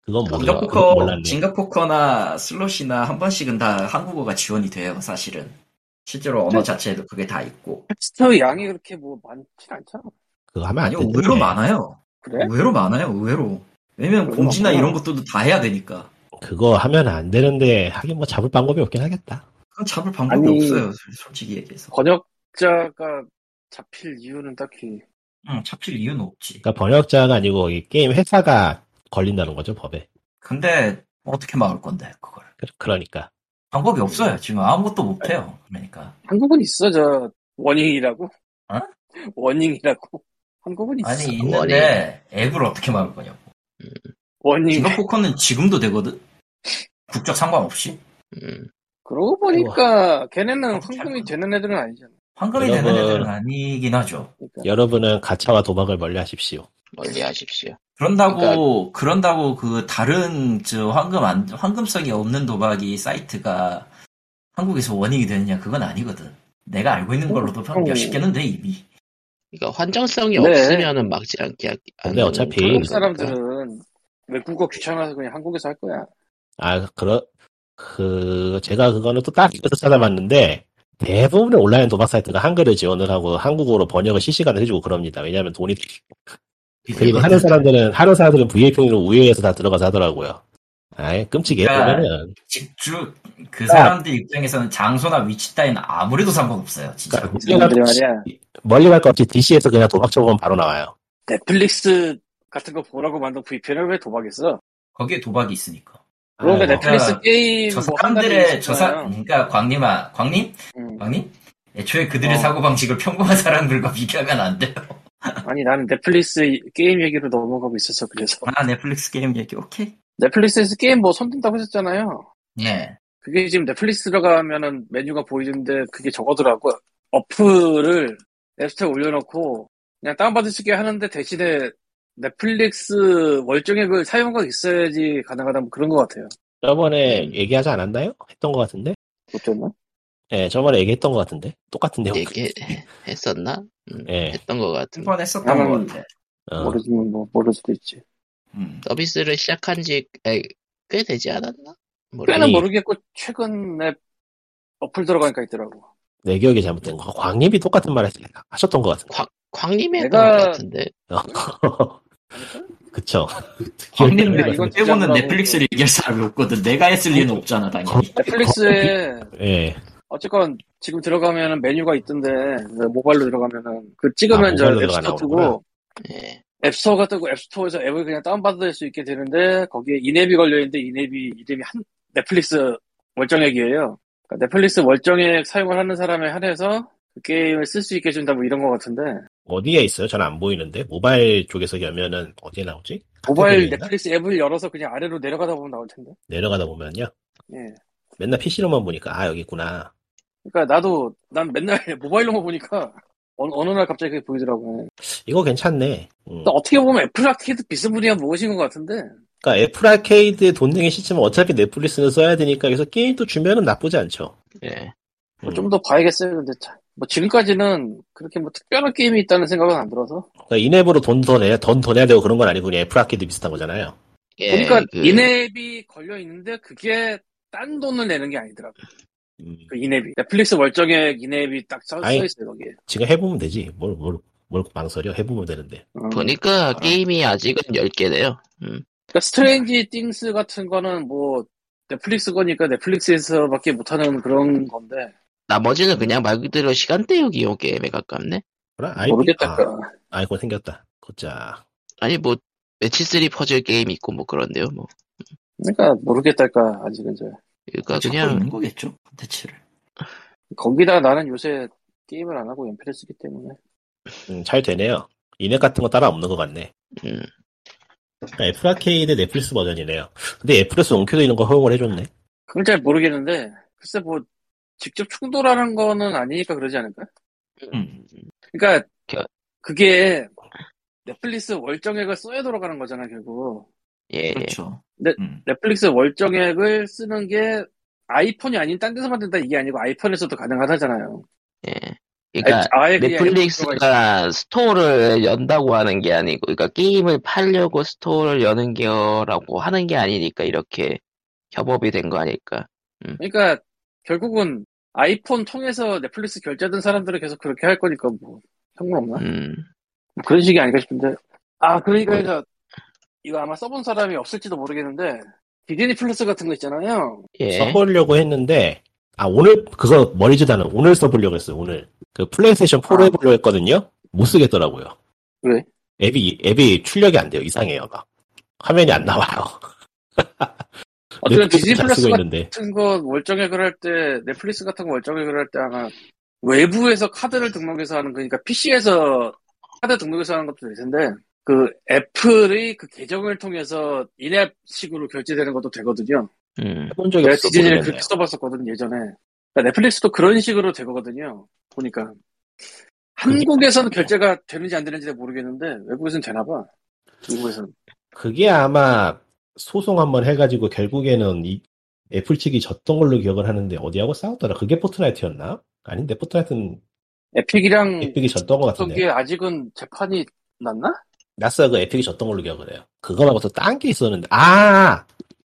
S3: 그건
S2: 진가
S3: 몰라,
S2: 포커,
S3: 몰랐네.
S2: 진가 포커나 슬롯이나 한 번씩은 다 한국어가 지원이 돼요, 사실은. 실제로
S3: 네.
S2: 언어 자체에도 그게 다 있고.
S4: 텍스트 양이 그렇게 뭐 많진 않잖아.
S3: 그거 하면 안
S2: 아니,
S3: 되
S2: 의외로 많아요.
S3: 음.
S4: 그래?
S2: 의외로 많아요, 의외로. 왜냐면
S4: 네? 그건
S2: 공지나
S4: 없구나.
S2: 이런 것들도 다 해야 되니까.
S3: 그거 하면 안 되는데, 하긴 뭐 잡을 방법이 없긴 하겠다.
S2: 그건 잡을 방법이
S4: 아니.
S2: 없어요, 솔직히 얘기해서.
S4: 번역자가 잡힐 이유는 딱히
S2: 응, 잡힐 이유는 없지.
S3: 그러니까 번역자가 아니고 이 게임 회사가 걸린다는 거죠, 법에.
S2: 근데 어떻게 막을 건데, 그걸.
S3: 그- 그러니까.
S2: 방법이 없어요, 지금. 아무것도 못해요. 그러니까.
S4: 한국은 있어 저 워닝이라고.
S2: 어?
S4: 워닝이라고. 한국은 있어.
S2: 아니, 있는데 앱을 어떻게 막을 거냐고.
S4: 워닝.
S2: 진가 포커는 지금도 되거든? 국적 상관없이?
S1: 음,
S4: 그러고 보니까 걔네는 황금이 되는 애들은 아니잖아.
S2: 황금이 되는
S3: 여러분.
S2: 애들은 아니긴 하죠.
S4: 그러니까
S3: 여러분은 가차와 도박을 멀리 하십시오.
S1: 멀리 하십시오.
S2: 그런다고 그런다고그 다른 저 황금 안, 황금성이 없는 도박이 사이트가 한국에서 원인이 되느냐 그건 아니거든. 내가 알고 있는 걸로도
S4: 어.
S2: 몇십 개는 돼 이미.
S1: 그러니까 환정성이
S4: 네.
S1: 없으면은 막지 않게 하- 안
S3: 근데
S2: 예.
S3: 어차피
S1: 하는
S4: 한국
S1: 거니까.
S4: 사람들은 외국어 귀찮아서 그냥 한국에서 할 거야.
S3: 아, 그러, 그, 제가 그거는 또 따로 찾아봤는데, 대부분의 온라인 도박 사이트가 한글을 지원을 하고 한국어로 번역을 실시간으로 해주고 그럽니다. 왜냐하면 돈이 그리고 하는 사람들은 하는 사람들은 VPN으로 우회해서 다 들어가서 하더라고요. 아예 끔찍해요.
S2: 그러니까
S3: 보면은
S2: 직주 그 사람들 입장에서는 장소나 위치 따위는 아무래도 상관없어요. 진짜.
S3: 그러니까
S4: 이 사람들이 말이야.
S3: 멀리 갈 거 없이 DC에서 그냥 도박 쳐보면 바로 나와요.
S4: 넷플릭스 같은 거 보라고 만든 VPN을 왜 도박했어?
S2: 거기에 도박이 있으니까.
S4: 그러니까
S3: 아이고.
S4: 넷플릭스
S2: 그러니까
S4: 게임
S2: 저
S4: 뭐 한다는
S2: 사람들의 저 사, 그러니까 광님아, 광님,
S4: 응.
S2: 광님. 애초에 그들의
S4: 어.
S2: 사고 방식을 평범한 사람들과 비교하면 안 돼요.
S4: 아니 나는 넷플릭스 게임 얘기로 넘어가고 있어서 그래서
S2: 아 넷플릭스 게임 얘기 오케이.
S4: 넷플릭스에서 게임 뭐 손댄다고 했었잖아요.
S2: 예.
S4: 그게 지금 넷플릭스 들어가면은 메뉴가 보이는데 그게 저거더라고. 어플을 앱스토어에 올려놓고 그냥 다운받을 수 있게 하는데 대신에 넷플릭스 월정액을 사용하고 있어야지 가능하다 뭐 그런 것 같아요.
S3: 저번에
S1: 음.
S3: 얘기하지 않았나요? 했던 것 같은데?
S4: 어쩌나?
S3: 예, 저번에 얘기했던 것 같은데? 똑같은 내용. 그,
S1: 얘기했었나? 음,
S3: 예.
S1: 했던 것 같은.
S2: 한번 했었던 것
S4: 나는-
S2: 같아.
S3: 어,
S4: 모르지만 뭐 모를 수도 있지.
S2: 음.
S1: 서비스를 시작한 지 꽤 되지 않았나? 뭐 모르겠-
S4: 꽤는 뭐
S3: 아니.
S4: 모르겠고 최근에 어플 들어가니까 있더라고.
S3: 내 기억이 잘못된 거. 광립이 똑같은 말 했- 하셨던 것 같은데.
S1: 광, 광님이 했던
S4: 내가-
S1: 것 같은데.
S3: 어. 그쵸.
S2: 광님
S4: 야, 이건
S2: 빼고는
S4: 진짜라고.
S2: 넷플릭스를 얘기할 사람이 없거든. 내가 했을 리는 없잖아, 당연히.
S4: 넷플릭스에
S3: 예.
S4: 어쨌건 지금 들어가면 메뉴가 있던데 그 모바일로 들어가면은 그 찍으면
S3: 아,
S4: 저
S3: 모바일로
S4: 앱스토어
S3: 들어가나
S4: 뜨고
S1: 예.
S4: 앱스토어가 뜨고 앱스토어에서 앱을 그냥 다운받을 수 있게 되는데 거기에 인앱이 걸려있는데 인앱이 이름이 한 넷플릭스 월정액이에요 그러니까 넷플릭스 월정액 사용을 하는 사람에 한해서 그 게임을 쓸 수 있게 해준다 뭐 이런 것 같은데
S3: 어디에 있어요? 전 안 보이는데. 모바일 쪽에서 열면은 어디에 나오지?
S4: 모바일
S3: 카테고리인가?
S4: 넷플릭스 앱을 열어서 그냥 아래로 내려가다 보면 나올 텐데
S3: 내려가다 보면요.
S4: 예.
S3: 맨날 PC로만 보니까, 아, 여기 있구나.
S4: 그러니까 나도 난 맨날 모바일로만 보니까 어느, 어느 날 갑자기 그게 보이더라고요
S3: 이거 괜찮네. 음.
S4: 또 어떻게 보면 애플 아키드 비스무리한 무엇인 것 같은데
S3: 그러니까 애플 아케이드에 돈 내기 싫지만 어차피 넷플릭스는 써야 되니까 그래서 게임도 주면은 나쁘지 않죠.
S1: 예.
S3: 음.
S4: 좀 더 봐야겠어요. 근데 참, 뭐 지금까지는 그렇게 뭐 특별한 게임이 있다는 생각은 안 들어서.
S3: 그러니까 인앱으로 돈 더 내야, 돈더 내야 되고 그런 건 아니고 그냥 애플 아케이드 비슷한 거잖아요.
S1: 예,
S4: 그러니까
S1: 그-
S4: 인앱이 걸려 있는데 그게 딴 돈을 내는 게 아니더라고.
S3: 음,
S4: 그 인앱이 넷플릭스 월정액 인앱이 딱 써
S3: 아이.
S4: 있어요 거기에.
S3: 지금 해보면 되지. 뭘, 뭘, 뭘 망설여? 해보면 되는데.
S4: 어.
S1: 보니까 게임이 아직은 10개네요.
S4: 그러니까 스트레인지 띵스 같은 거는 뭐 넷플릭스 거니까 넷플릭스에서밖에 못하는 그런 건데
S1: 나머지는 그냥 말 그대로 시간대 요기요 게임에 가깝네.
S3: 그래? 아이,
S4: 모르겠다.
S3: 아,
S4: 그러니까.
S3: 아이콘 생겼다. 걷자.
S1: 아니 뭐 매치3 퍼즐 게임 있고 뭐 그런데요 뭐.
S4: 그러니까 모르겠다니까 아직은 이제
S1: 그러니까
S2: 찾고
S1: 그냥
S2: 있는 거겠죠 콘텐츠를
S4: 거기다 나는 요새 게임을 안 하고 연패를 쓰기 때문에
S3: 음, 잘 되네요. 인앱 같은 거 따라 없는 것 같네.
S1: 음.
S3: 그러니까 애플 아케이드 넷플릭스 버전이네요. 근데 애플에서 옹큐도 이런 거 허용을 해줬네.
S4: 그걸 잘 모르겠는데 글쎄 뭐 직접 충돌하는 거는 아니니까 그러지 않을까?
S2: 음.
S4: 그러니까
S1: 겨-
S4: 그게 넷플릭스 월정액을 써야 돌아가는 거잖아 결국
S1: 예.
S2: 그렇죠
S4: 네.
S2: 음.
S4: 넷플릭스 월정액을 쓰는 게 아이폰이 아닌 딴 데서만 된다 이게 아니고 아이폰에서도 가능하다잖아요.
S1: 예. 그러니까
S4: 아예 그냥 앱으로
S1: 넷플릭스가 스토어를 연다고 하는 게 아니고, 그러니까 게임을 팔려고 스토어를 여는 거라고 하는 게 아니니까 이렇게 협업이 된 거 아닐까.
S4: 그러니까 결국은 아이폰 통해서 넷플릭스 결제된 사람들은 계속 그렇게 할 거니까 뭐 상관없나?
S1: 음.
S4: 뭐 그런 식이 아닐까 싶은데 아 그러니까 이거, 이거 아마 써본 사람이 없을지도 모르겠는데 디즈니 플러스 같은 거 있잖아요.
S1: 예.
S3: 써보려고 했는데, 아, 오늘, 그거 머리지도 않아. 오늘 써보려고 했어요, 오늘. 그 플레이스테이션 4로
S4: 아.
S3: 해보려고 했거든요? 못 쓰겠더라고요.
S4: 왜?
S3: 앱이, 앱이 출력이 안 돼요. 이상해요, 막. 화면이 안 나와요.
S4: 어쨌든
S3: 넷플릭스
S4: 아, 디즈니
S3: 잘
S4: 플러스
S3: 쓰고
S4: 같은
S3: 있는데.
S4: 거 월정액을 할 때 넷플릭스 같은 거 월정액을 할 때 아마 외부에서 카드를 등록해서 하는 거니까 PC에서 카드 등록해서 하는 것도 될 텐데 그 애플의 그 계정을 통해서 인앱식으로 결제되는 것도 되거든요.
S1: 음.
S3: 해본 적이
S4: 내가
S3: 없어
S4: 디즈니를
S3: 모르겠네요.
S4: 그렇죠. 그렇게 써봤었거든 예전에. 그러니까 넷플릭스도 그런 식으로 되거든요. 보니까 한국에서는 결제가 되는지 안 되는지 잘 모르겠는데 외국에서는 되나 봐. 미국에서는.
S3: 그게 아마 소송 한번 해가지고 결국에는 이 애플 측이 졌던 걸로 기억을 하는데 어디하고 싸웠더라. 그게 포트나이트였나? 아닌데 포트나이트는
S4: 에픽이랑
S3: 에픽이 졌던 것 같은데.
S4: 음, 그게 아직은 재판이 났나?
S3: 나스가 그 에픽이 졌던 걸로 기억을 해요. 그거 말고 또 딴 게 있었는데, 아!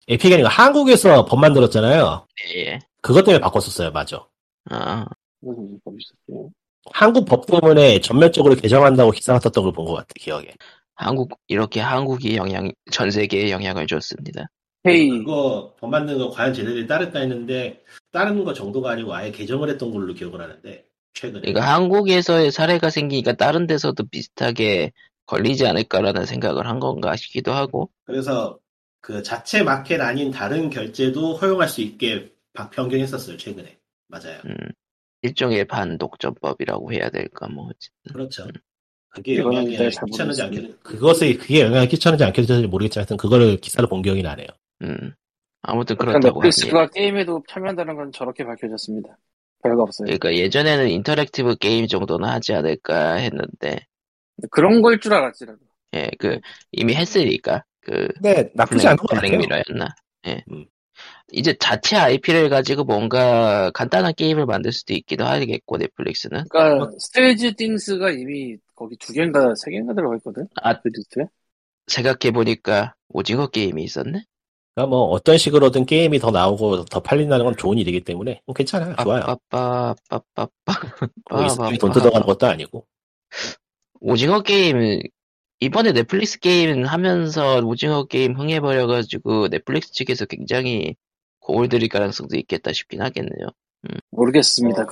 S3: 에픽이 아니고 한국에서 법 만들었잖아요.
S1: 예.
S3: 그것 때문에 바꿨었어요, 맞아.
S1: 아,
S4: 무슨 무슨 법이 있었지?
S3: 한국 법 때문에 전면적으로 개정한다고 기사가 떴던 걸 본 것 같아, 기억에.
S1: 한국, 이렇게 한국이 영향, 전 세계에 영향을 줬습니다.
S4: 헤이
S3: 그거 법 만드는 거 과연 제대로 따를까 했는데, 따르는 거 정도가 아니고 아예 개정을 했던 걸로 기억을 하는데, 최근에.
S1: 그러니까 한국에서의 사례가 생기니까 다른 데서도 비슷하게 걸리지 않을까라는 생각을 한 건가 싶기도 하고,
S3: 그래서 그 자체 마켓 아닌 다른 결제도 허용할 수 있게 바- 변경했었어요, 최근에. 맞아요.
S1: 음. 일종의 반독점법이라고 해야 될까, 뭐. 어쨌든.
S3: 그렇죠. 그게
S4: 이거는
S3: 영향이
S4: 내가 잘
S3: 끼쳤는지 안
S4: 모르겠습니다.
S3: 끼쳤는지 그것에 그게 영향을 끼쳤는지 안 끼쳤는지 모르겠지만 하여튼 그거를 기사를 본 기억이 나네요.
S1: 음. 아무튼
S4: 그러니까
S1: 그렇다고 합니다.
S4: 넷플릭스가 게임에도 참여한다는 건 저렇게 밝혀졌습니다. 별거 없어요.
S1: 그러니까 예전에는 인터랙티브 게임 정도는 하지 않을까 했는데,
S4: 그런 걸 줄 알았지라도.
S1: 예, 그, 이미 했으니까, 그,
S3: 네, 그러니까 나쁘지 않은 것 음. 같아요.
S1: 블랙미러였나? 예.
S3: 음.
S1: 이제 자체 IP를 가지고 뭔가 간단한 게임을 만들 수도 있기도 하겠고, 넷플릭스는.
S4: 그러니까 스테이지 띵스가 이미 거기 두 개인가 세 개인가 들어가 있거든.
S1: 아.
S4: 그 리스트에.
S1: 생각해보니까 오징어 게임이 있었네?
S3: 그러니까 뭐 어떤 식으로든 게임이 더 나오고 더 팔린다는 건 좋은 일이기 때문에 뭐 괜찮아요. 좋아요.
S1: 빠빠빠, 빠빠빠.
S3: 뭐 있으면 돈
S1: 빠빠빠.
S3: 뜯어가는 것도 아니고.
S1: 오징어 게임, 이번에 넷플릭스 게임 하면서 오징어 게임 흥해버려가지고 넷플릭스 측에서 굉장히 공을 들일 가능성도 있겠다 싶긴 하겠네요.
S4: 모르겠습니다.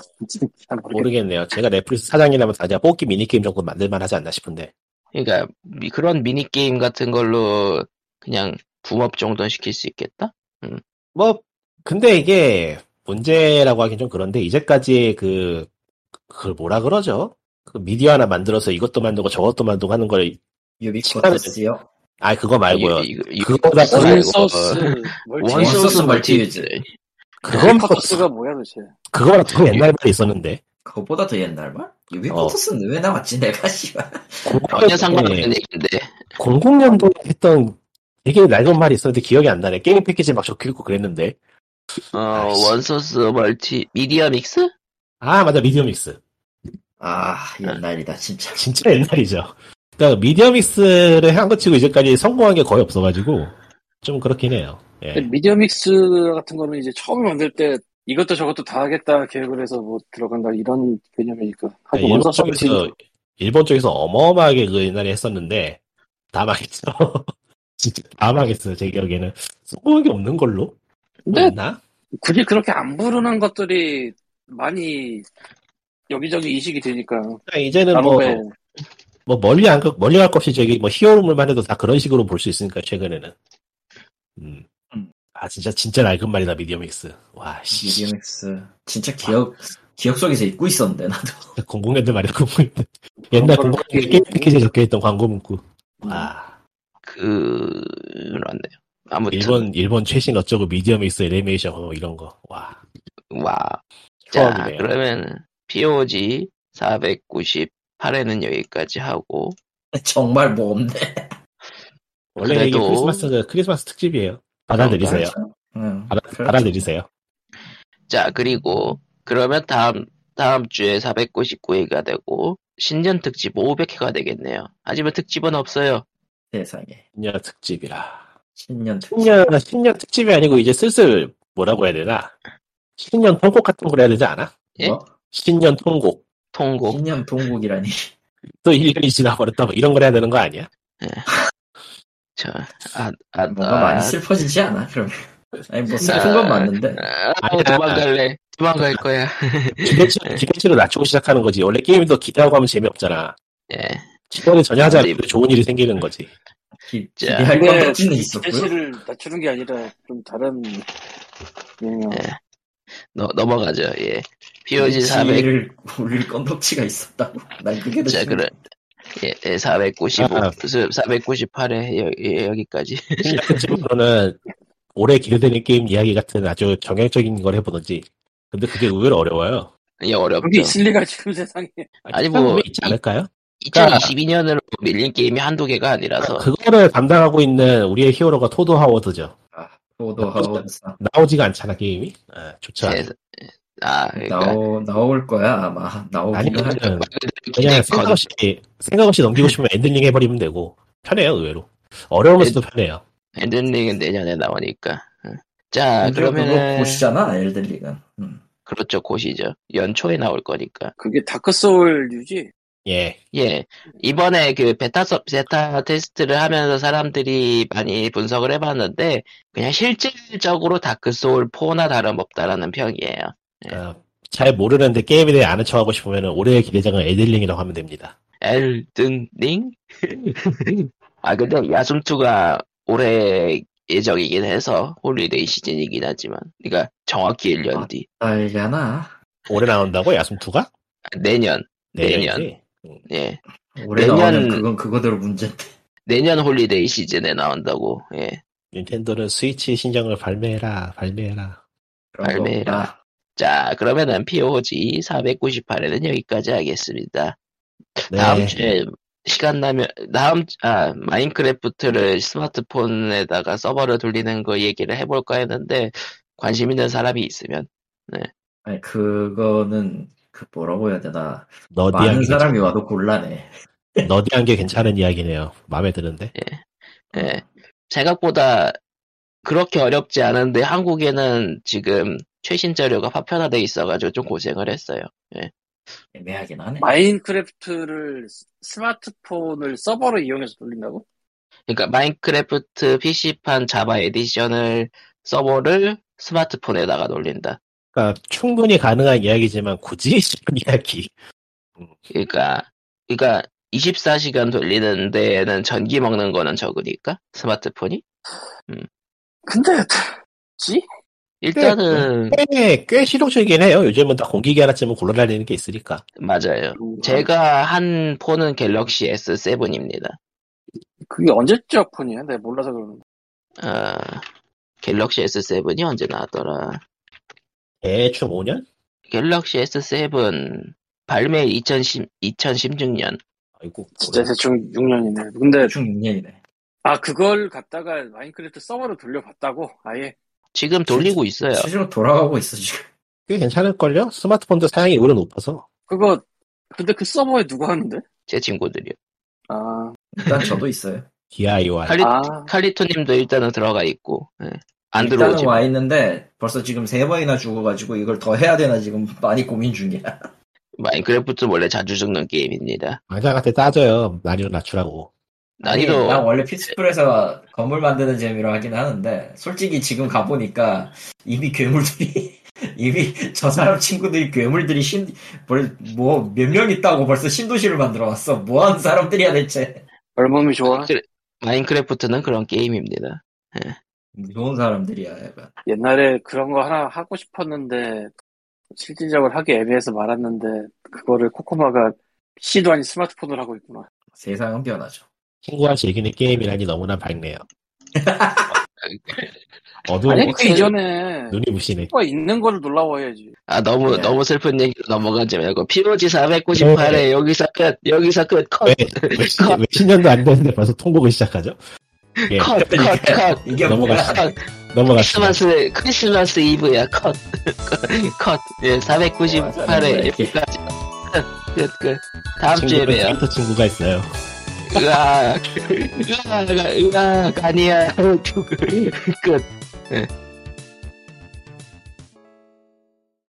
S4: 잘 어. 모르겠...
S3: 모르겠네요. 제가 넷플릭스 사장이라면 다자 뽑기 미니게임 정도 만들만 하지 않나 싶은데.
S1: 그러니까 미- 그런 미니게임 같은 걸로 그냥 붐업 정도는 시킬 수 있겠다?
S3: 뭐, 근데 이게 문제라고 하긴 좀 그런데 이제까지 그, 그걸 뭐라 그러죠? 그 미디어 하나 만들어서 이것도 만들고 저것도 만들고 하는 걸,
S2: 유비쿼터스요
S3: 아, 그거 말고요.
S1: 이- 이- 이-
S3: 그거보다
S1: 아, 이거
S3: 말고,
S4: 원소스
S2: 원소스
S4: 멀티소스
S2: 멀티유즈.
S1: 네.
S3: 그건 뭐-
S4: 커터스가 뭐야 도대체?
S3: 그거보다 더 옛날 말이 있었는데.
S2: 그거보다 더 옛날 말? 유비쿼터스는 왜 나왔지 내가 씨발
S1: 전혀
S3: 예.
S1: 상관없는 얘기인데
S3: 00년도에 했던 되게 낡은 말이 있었는데 기억이 안 나네. 게임 패키지 막 적혀 있고 그랬는데.
S1: 어,
S3: 아이씨.
S1: 원소스 멀티 미디어 믹스?
S3: 아, 맞아. 미디어믹스.
S2: 아 옛날이다 진짜
S3: 진짜 옛날이죠. 그러니까 미디어믹스를 한 것 치고 이제까지 성공한 게 거의 없어가지고 좀 그렇긴 해요. 예.
S4: 미디어믹스 같은 거는 이제 처음 만들 때 이것도 저것도 다 하겠다 계획을 해서 뭐 들어간다 이런 개념이니까 하고
S3: 아, 그러니까 일본
S4: 원서
S3: 쪽에서
S4: 서비스니까.
S3: 일본 쪽에서 어마어마하게 그 옛날에 했었는데 다 망했죠. 진짜 다 망했어요. 제 기억에는 성공한 게 없는 걸로. 그
S4: 근데
S3: 나
S4: 굳이 그렇게 안 부르는 것들이 많이 여기저기 이식이 되니까
S1: 네,
S3: 이제는 뭐,
S4: 나무에
S3: 뭐 멀리 안 가- 멀리 갈 것 없이 저기 뭐 히어로물만 해도 다 그런 식으로 볼 수 있으니까 최근에는. 음.
S2: 음.
S3: 아 진짜 진짜 낡은 말이다 미디어믹스. 와 씨.
S2: 미디맥스 진짜 기억 기억 속에서 잊고 있었는데 나도
S3: 공공연대 말이야 공공연대. 옛날
S4: 그런 걸
S3: 공공연대
S4: 그렇게
S3: 게임 패키지에 적혀있던 광고 문구. 아.
S1: 그렇네요. 아무튼
S3: 일본 일본 최신 어쩌고 미디어믹스 애니메이션 뭐 이런 거. 와.
S1: 와. 자
S3: 추억이네요.
S1: 그러면 POG 498회는 여기까지 하고
S2: 정말 뭐 없네.
S3: 원래
S1: 그래도-
S3: 이게 크리스마스 크리스마스 특집이에요. 받아들이세요.
S2: 그렇죠? 응.
S3: 받아, 받아들이세요.
S1: 자 그리고 그러면 다음 다음 주에 499회가 되고 신년 특집 500회가 되겠네요. 하지만 특집은 없어요.
S2: 세상에
S3: 신년 특집이라.
S2: 신년 특집.
S3: 신년 신년 특집이 아니고 이제 슬슬 뭐라고 해야 되나? 신년 통곡 같은 걸 해야 되지 않아?
S1: 예? 뭐?
S2: 뭐?
S3: 신년 통곡
S1: 통곡
S2: 신년 동곡이라니.
S3: 또 1년이 지나버렸다 뭐 이런 걸 해야 되는 거 아니야?
S1: 자, 아, 아,
S2: 뭐가
S1: 아,
S2: 많이 슬퍼지지 않아? 그러면 아니 뭐 슬픈
S1: 아,
S2: 건 맞는데
S1: 아,
S3: 아니야.
S1: 도망갈래. 도망갈 거야.
S3: 기대치 기대치를 낮추고 시작하는 거지. 원래 게임이 더 기대하고 하면 재미없잖아.
S1: 예.
S3: 기대를 전혀 하지 않고
S1: 근데-
S3: 좋은 일이 생기는 거지.
S2: 기,
S1: 자,
S2: 기대할
S4: 근데
S2: 건지는 있었고요.
S4: 대시를 낮추는 게 아니라 좀 다른 영향.
S1: 예. 너, 넘어가죠. 예. POG 400
S2: 지위를 올릴 건덕지가 있었다고. 난 그게 더
S1: 자,
S2: 신기해.
S1: 그래. 예, 예, 495,
S3: 아.
S1: 498회 여, 예, 여기까지.
S3: 신년 특집으로는 올해 기대되는 게임 이야기 같은 아주 정형적인 걸 해보든지. 근데 그게 의외로 어려워요.
S1: 예,
S4: 그게
S1: 어렵죠.
S4: 있을 리가 지금 세상에.
S1: 아니,
S3: 생각해 보면
S1: 뭐,
S3: 있지 않을까요?
S1: 2022년으로 밀린 게임이 한두 개가 아니라서.
S3: 그거를 담당하고 있는 우리의 히어로가 토도 하워드죠.
S2: 아, 도도
S1: 그러니까.
S2: 하워드상
S3: 나오지가 않잖아 게임이. 아, 좋죠.
S1: 예. 아, 그러니까.
S2: 나오 나올 거야 아마 나오기는 할
S3: 아니면은 그냥
S1: 기대가
S3: 생각 없이 생각 없이 넘기고 싶으면 엔딩링 해버리면 되고 편해요 의외로. 어려우면서도 편해요.
S1: 엔딩은 내년에 나오니까. 응. 자,
S2: 그러면은
S1: 아, 그러면은.
S2: 보시잖아 엘든링은. 음.
S1: 그렇죠, 곧이죠. 연초에 나올 거니까.
S4: 그게 다크소울 유지?
S3: 예.
S1: 예. 이번에 그 베타, 서- 베타 테스트를 하면서 사람들이 많이 분석을 해봤는데, 그냥 실질적으로 다크소울4나 다름없다라는 평이에요. 예.
S3: 아, 잘 모르는데 게임에 대해 아는 척하고 싶으면 올해의 기대작은 엔딩링이라고 하면 됩니다.
S1: 엘든링? 아, 근데 야숨투가 올해 예정이긴 해서 홀리데이 시즌이긴 하지만, 그러니까 정확히 1년
S2: 아.
S1: 뒤.
S2: 알려나
S3: 올해 나온다고 야숨2가? 네,
S1: 아, 내년, 내년. 예.
S2: 올해
S1: 내년-
S2: 나오면 그건 그거대로 문제인데.
S1: 내년 홀리데이 시즌에 나온다고, 예.
S3: 닌텐도는 스위치 신작을 발매해라 발매해라.
S2: 그런 거
S1: 발매라.
S2: 없다.
S1: 자, 그러면은 POG 498에는 여기까지 하겠습니다.
S3: 네.
S1: 다음 주에 시간 나면 다음 주- 아 마인크래프트를 스마트폰에다가 서버를 돌리는 거 얘기를 해볼까 했는데 관심 있는 사람이 있으면
S2: 아니 그거는 그 뭐라고 해야 되나
S3: 너디한
S2: 많은
S3: 게
S2: 사람이 와도 곤란해.
S3: 괜찮- 너디한 게 괜찮은 이야기네요. 마음에 드는데.
S1: 예. 생각보다 그렇게 어렵지 않은데 한국에는 지금 최신 자료가 파편화돼 있어가지고 좀 고생을 했어요.
S2: 애매하긴 하네.
S4: 마인크래프트를 스- 스마트폰을 서버로 이용해서 돌린다고?
S1: 그러니까 마인크래프트 PC판 자바 에디션을 서버를 스마트폰에다가 돌린다.
S3: 그러니까 충분히 가능한 이야기지만 굳이 싶은 이야기.
S1: 그러니까 그러니까 24시간 돌리는 데에는 전기 먹는 거는 적으니까 스마트폰이
S4: 근데, 지?
S3: 네.
S1: 일단은
S3: 꽤, 꽤 실용적이긴 해요. 요즘은 다 공기계 하나쯤은 굴러다니는 게 있으니까.
S1: 맞아요. 제가 한 폰은 갤럭시 S7입니다.
S4: 그게 언제적 폰이야? 내가 몰라서 그러는데.
S1: 어, 갤럭시 S7이 언제 나왔더라?
S3: 대충 5년?
S1: 갤럭시 S7 발매 2010, 2016년.
S3: 아이고.
S4: 진짜 대충 6년이네. 근데,
S2: 대충 6년이네.
S4: 아, 그걸 갖다가 마인크래프트 서버로 돌려봤다고? 아예?
S1: 지금 돌리고 있어요.
S2: 실제로 돌아가고 있어 지금.
S3: 꽤 괜찮을걸요? 스마트폰도 사양이 오히려 높아서.
S4: 그거, 근데 그 서버에 누가 하는데?
S1: 제 친구들이요.
S4: 아,
S2: 일단 저도 있어요.
S3: DIY.
S1: 칼리,
S4: 아.
S1: 칼리토님도 일단은 들어가 있고. 예. 안
S2: 일단은
S1: 들어오지.
S2: 와 있는데 벌써 지금 세 번이나 죽어가지고 이걸 더 해야 되나 지금 많이 고민 중이야.
S1: 마인크래프트 원래 자주 죽는 게임입니다.
S3: 왕자한테 따져요. 난이도 낮추라고.
S2: 아니,
S1: 난이도
S2: 난 원래 피츠풀에서 건물 만드는 재미로 하긴 하는데 솔직히 지금 가보니까 이미 괴물들이 이미 저 사람 친구들이 괴물들이 신뭐몇 명 있다고 벌써 신도시를 만들어 왔어 뭐 하는 사람들이야 대체
S4: 얼몸이 좋아.
S1: 마인크래- 마인크래프트는 그런 게임입니다.
S2: 무서운 사람들이야 약간
S4: 옛날에 그런 거 하나 하고 싶었는데 실질적으로 하기 애매해서 말았는데 그거를 코코마가 시도 아닌 스마트폰으로 하고 있구나.
S2: 세상은 변하죠
S3: 친구와 즐기는 게임이라니 너무나 밝네요. 어두운
S4: 아니
S1: 뭐,
S4: 그
S1: 그-
S4: 이전에
S3: 눈이 부시네.
S4: 코코마 있는 거를 놀라워해야지.
S1: 아 너무
S2: 네.
S1: 너무 슬픈 얘기로 넘어가지 말고 POG 498에
S3: 네.
S1: 여기서 끝 여기서 끝 컷
S3: 왜, 왜, 시,
S1: 그,
S3: 왜 10년도 안 됐는데 벌써 통곡을 시작하죠? 예,
S1: 컷, 컷, 컷.
S2: 이게
S3: 넘어가시죠.
S2: 뭐야
S1: 컷. 그
S3: 넘어갔습니다.
S1: 크리스마스 크리스마스 이브야 컷. 컷. 예, 498에
S2: 이렇게.
S1: 여기까지. 끝, 끝. 다음 주에
S3: 친구는
S1: 봬요.
S3: 트위터 친구가 있어요.
S1: 으악, 으악, 으악, 아니야. 끝.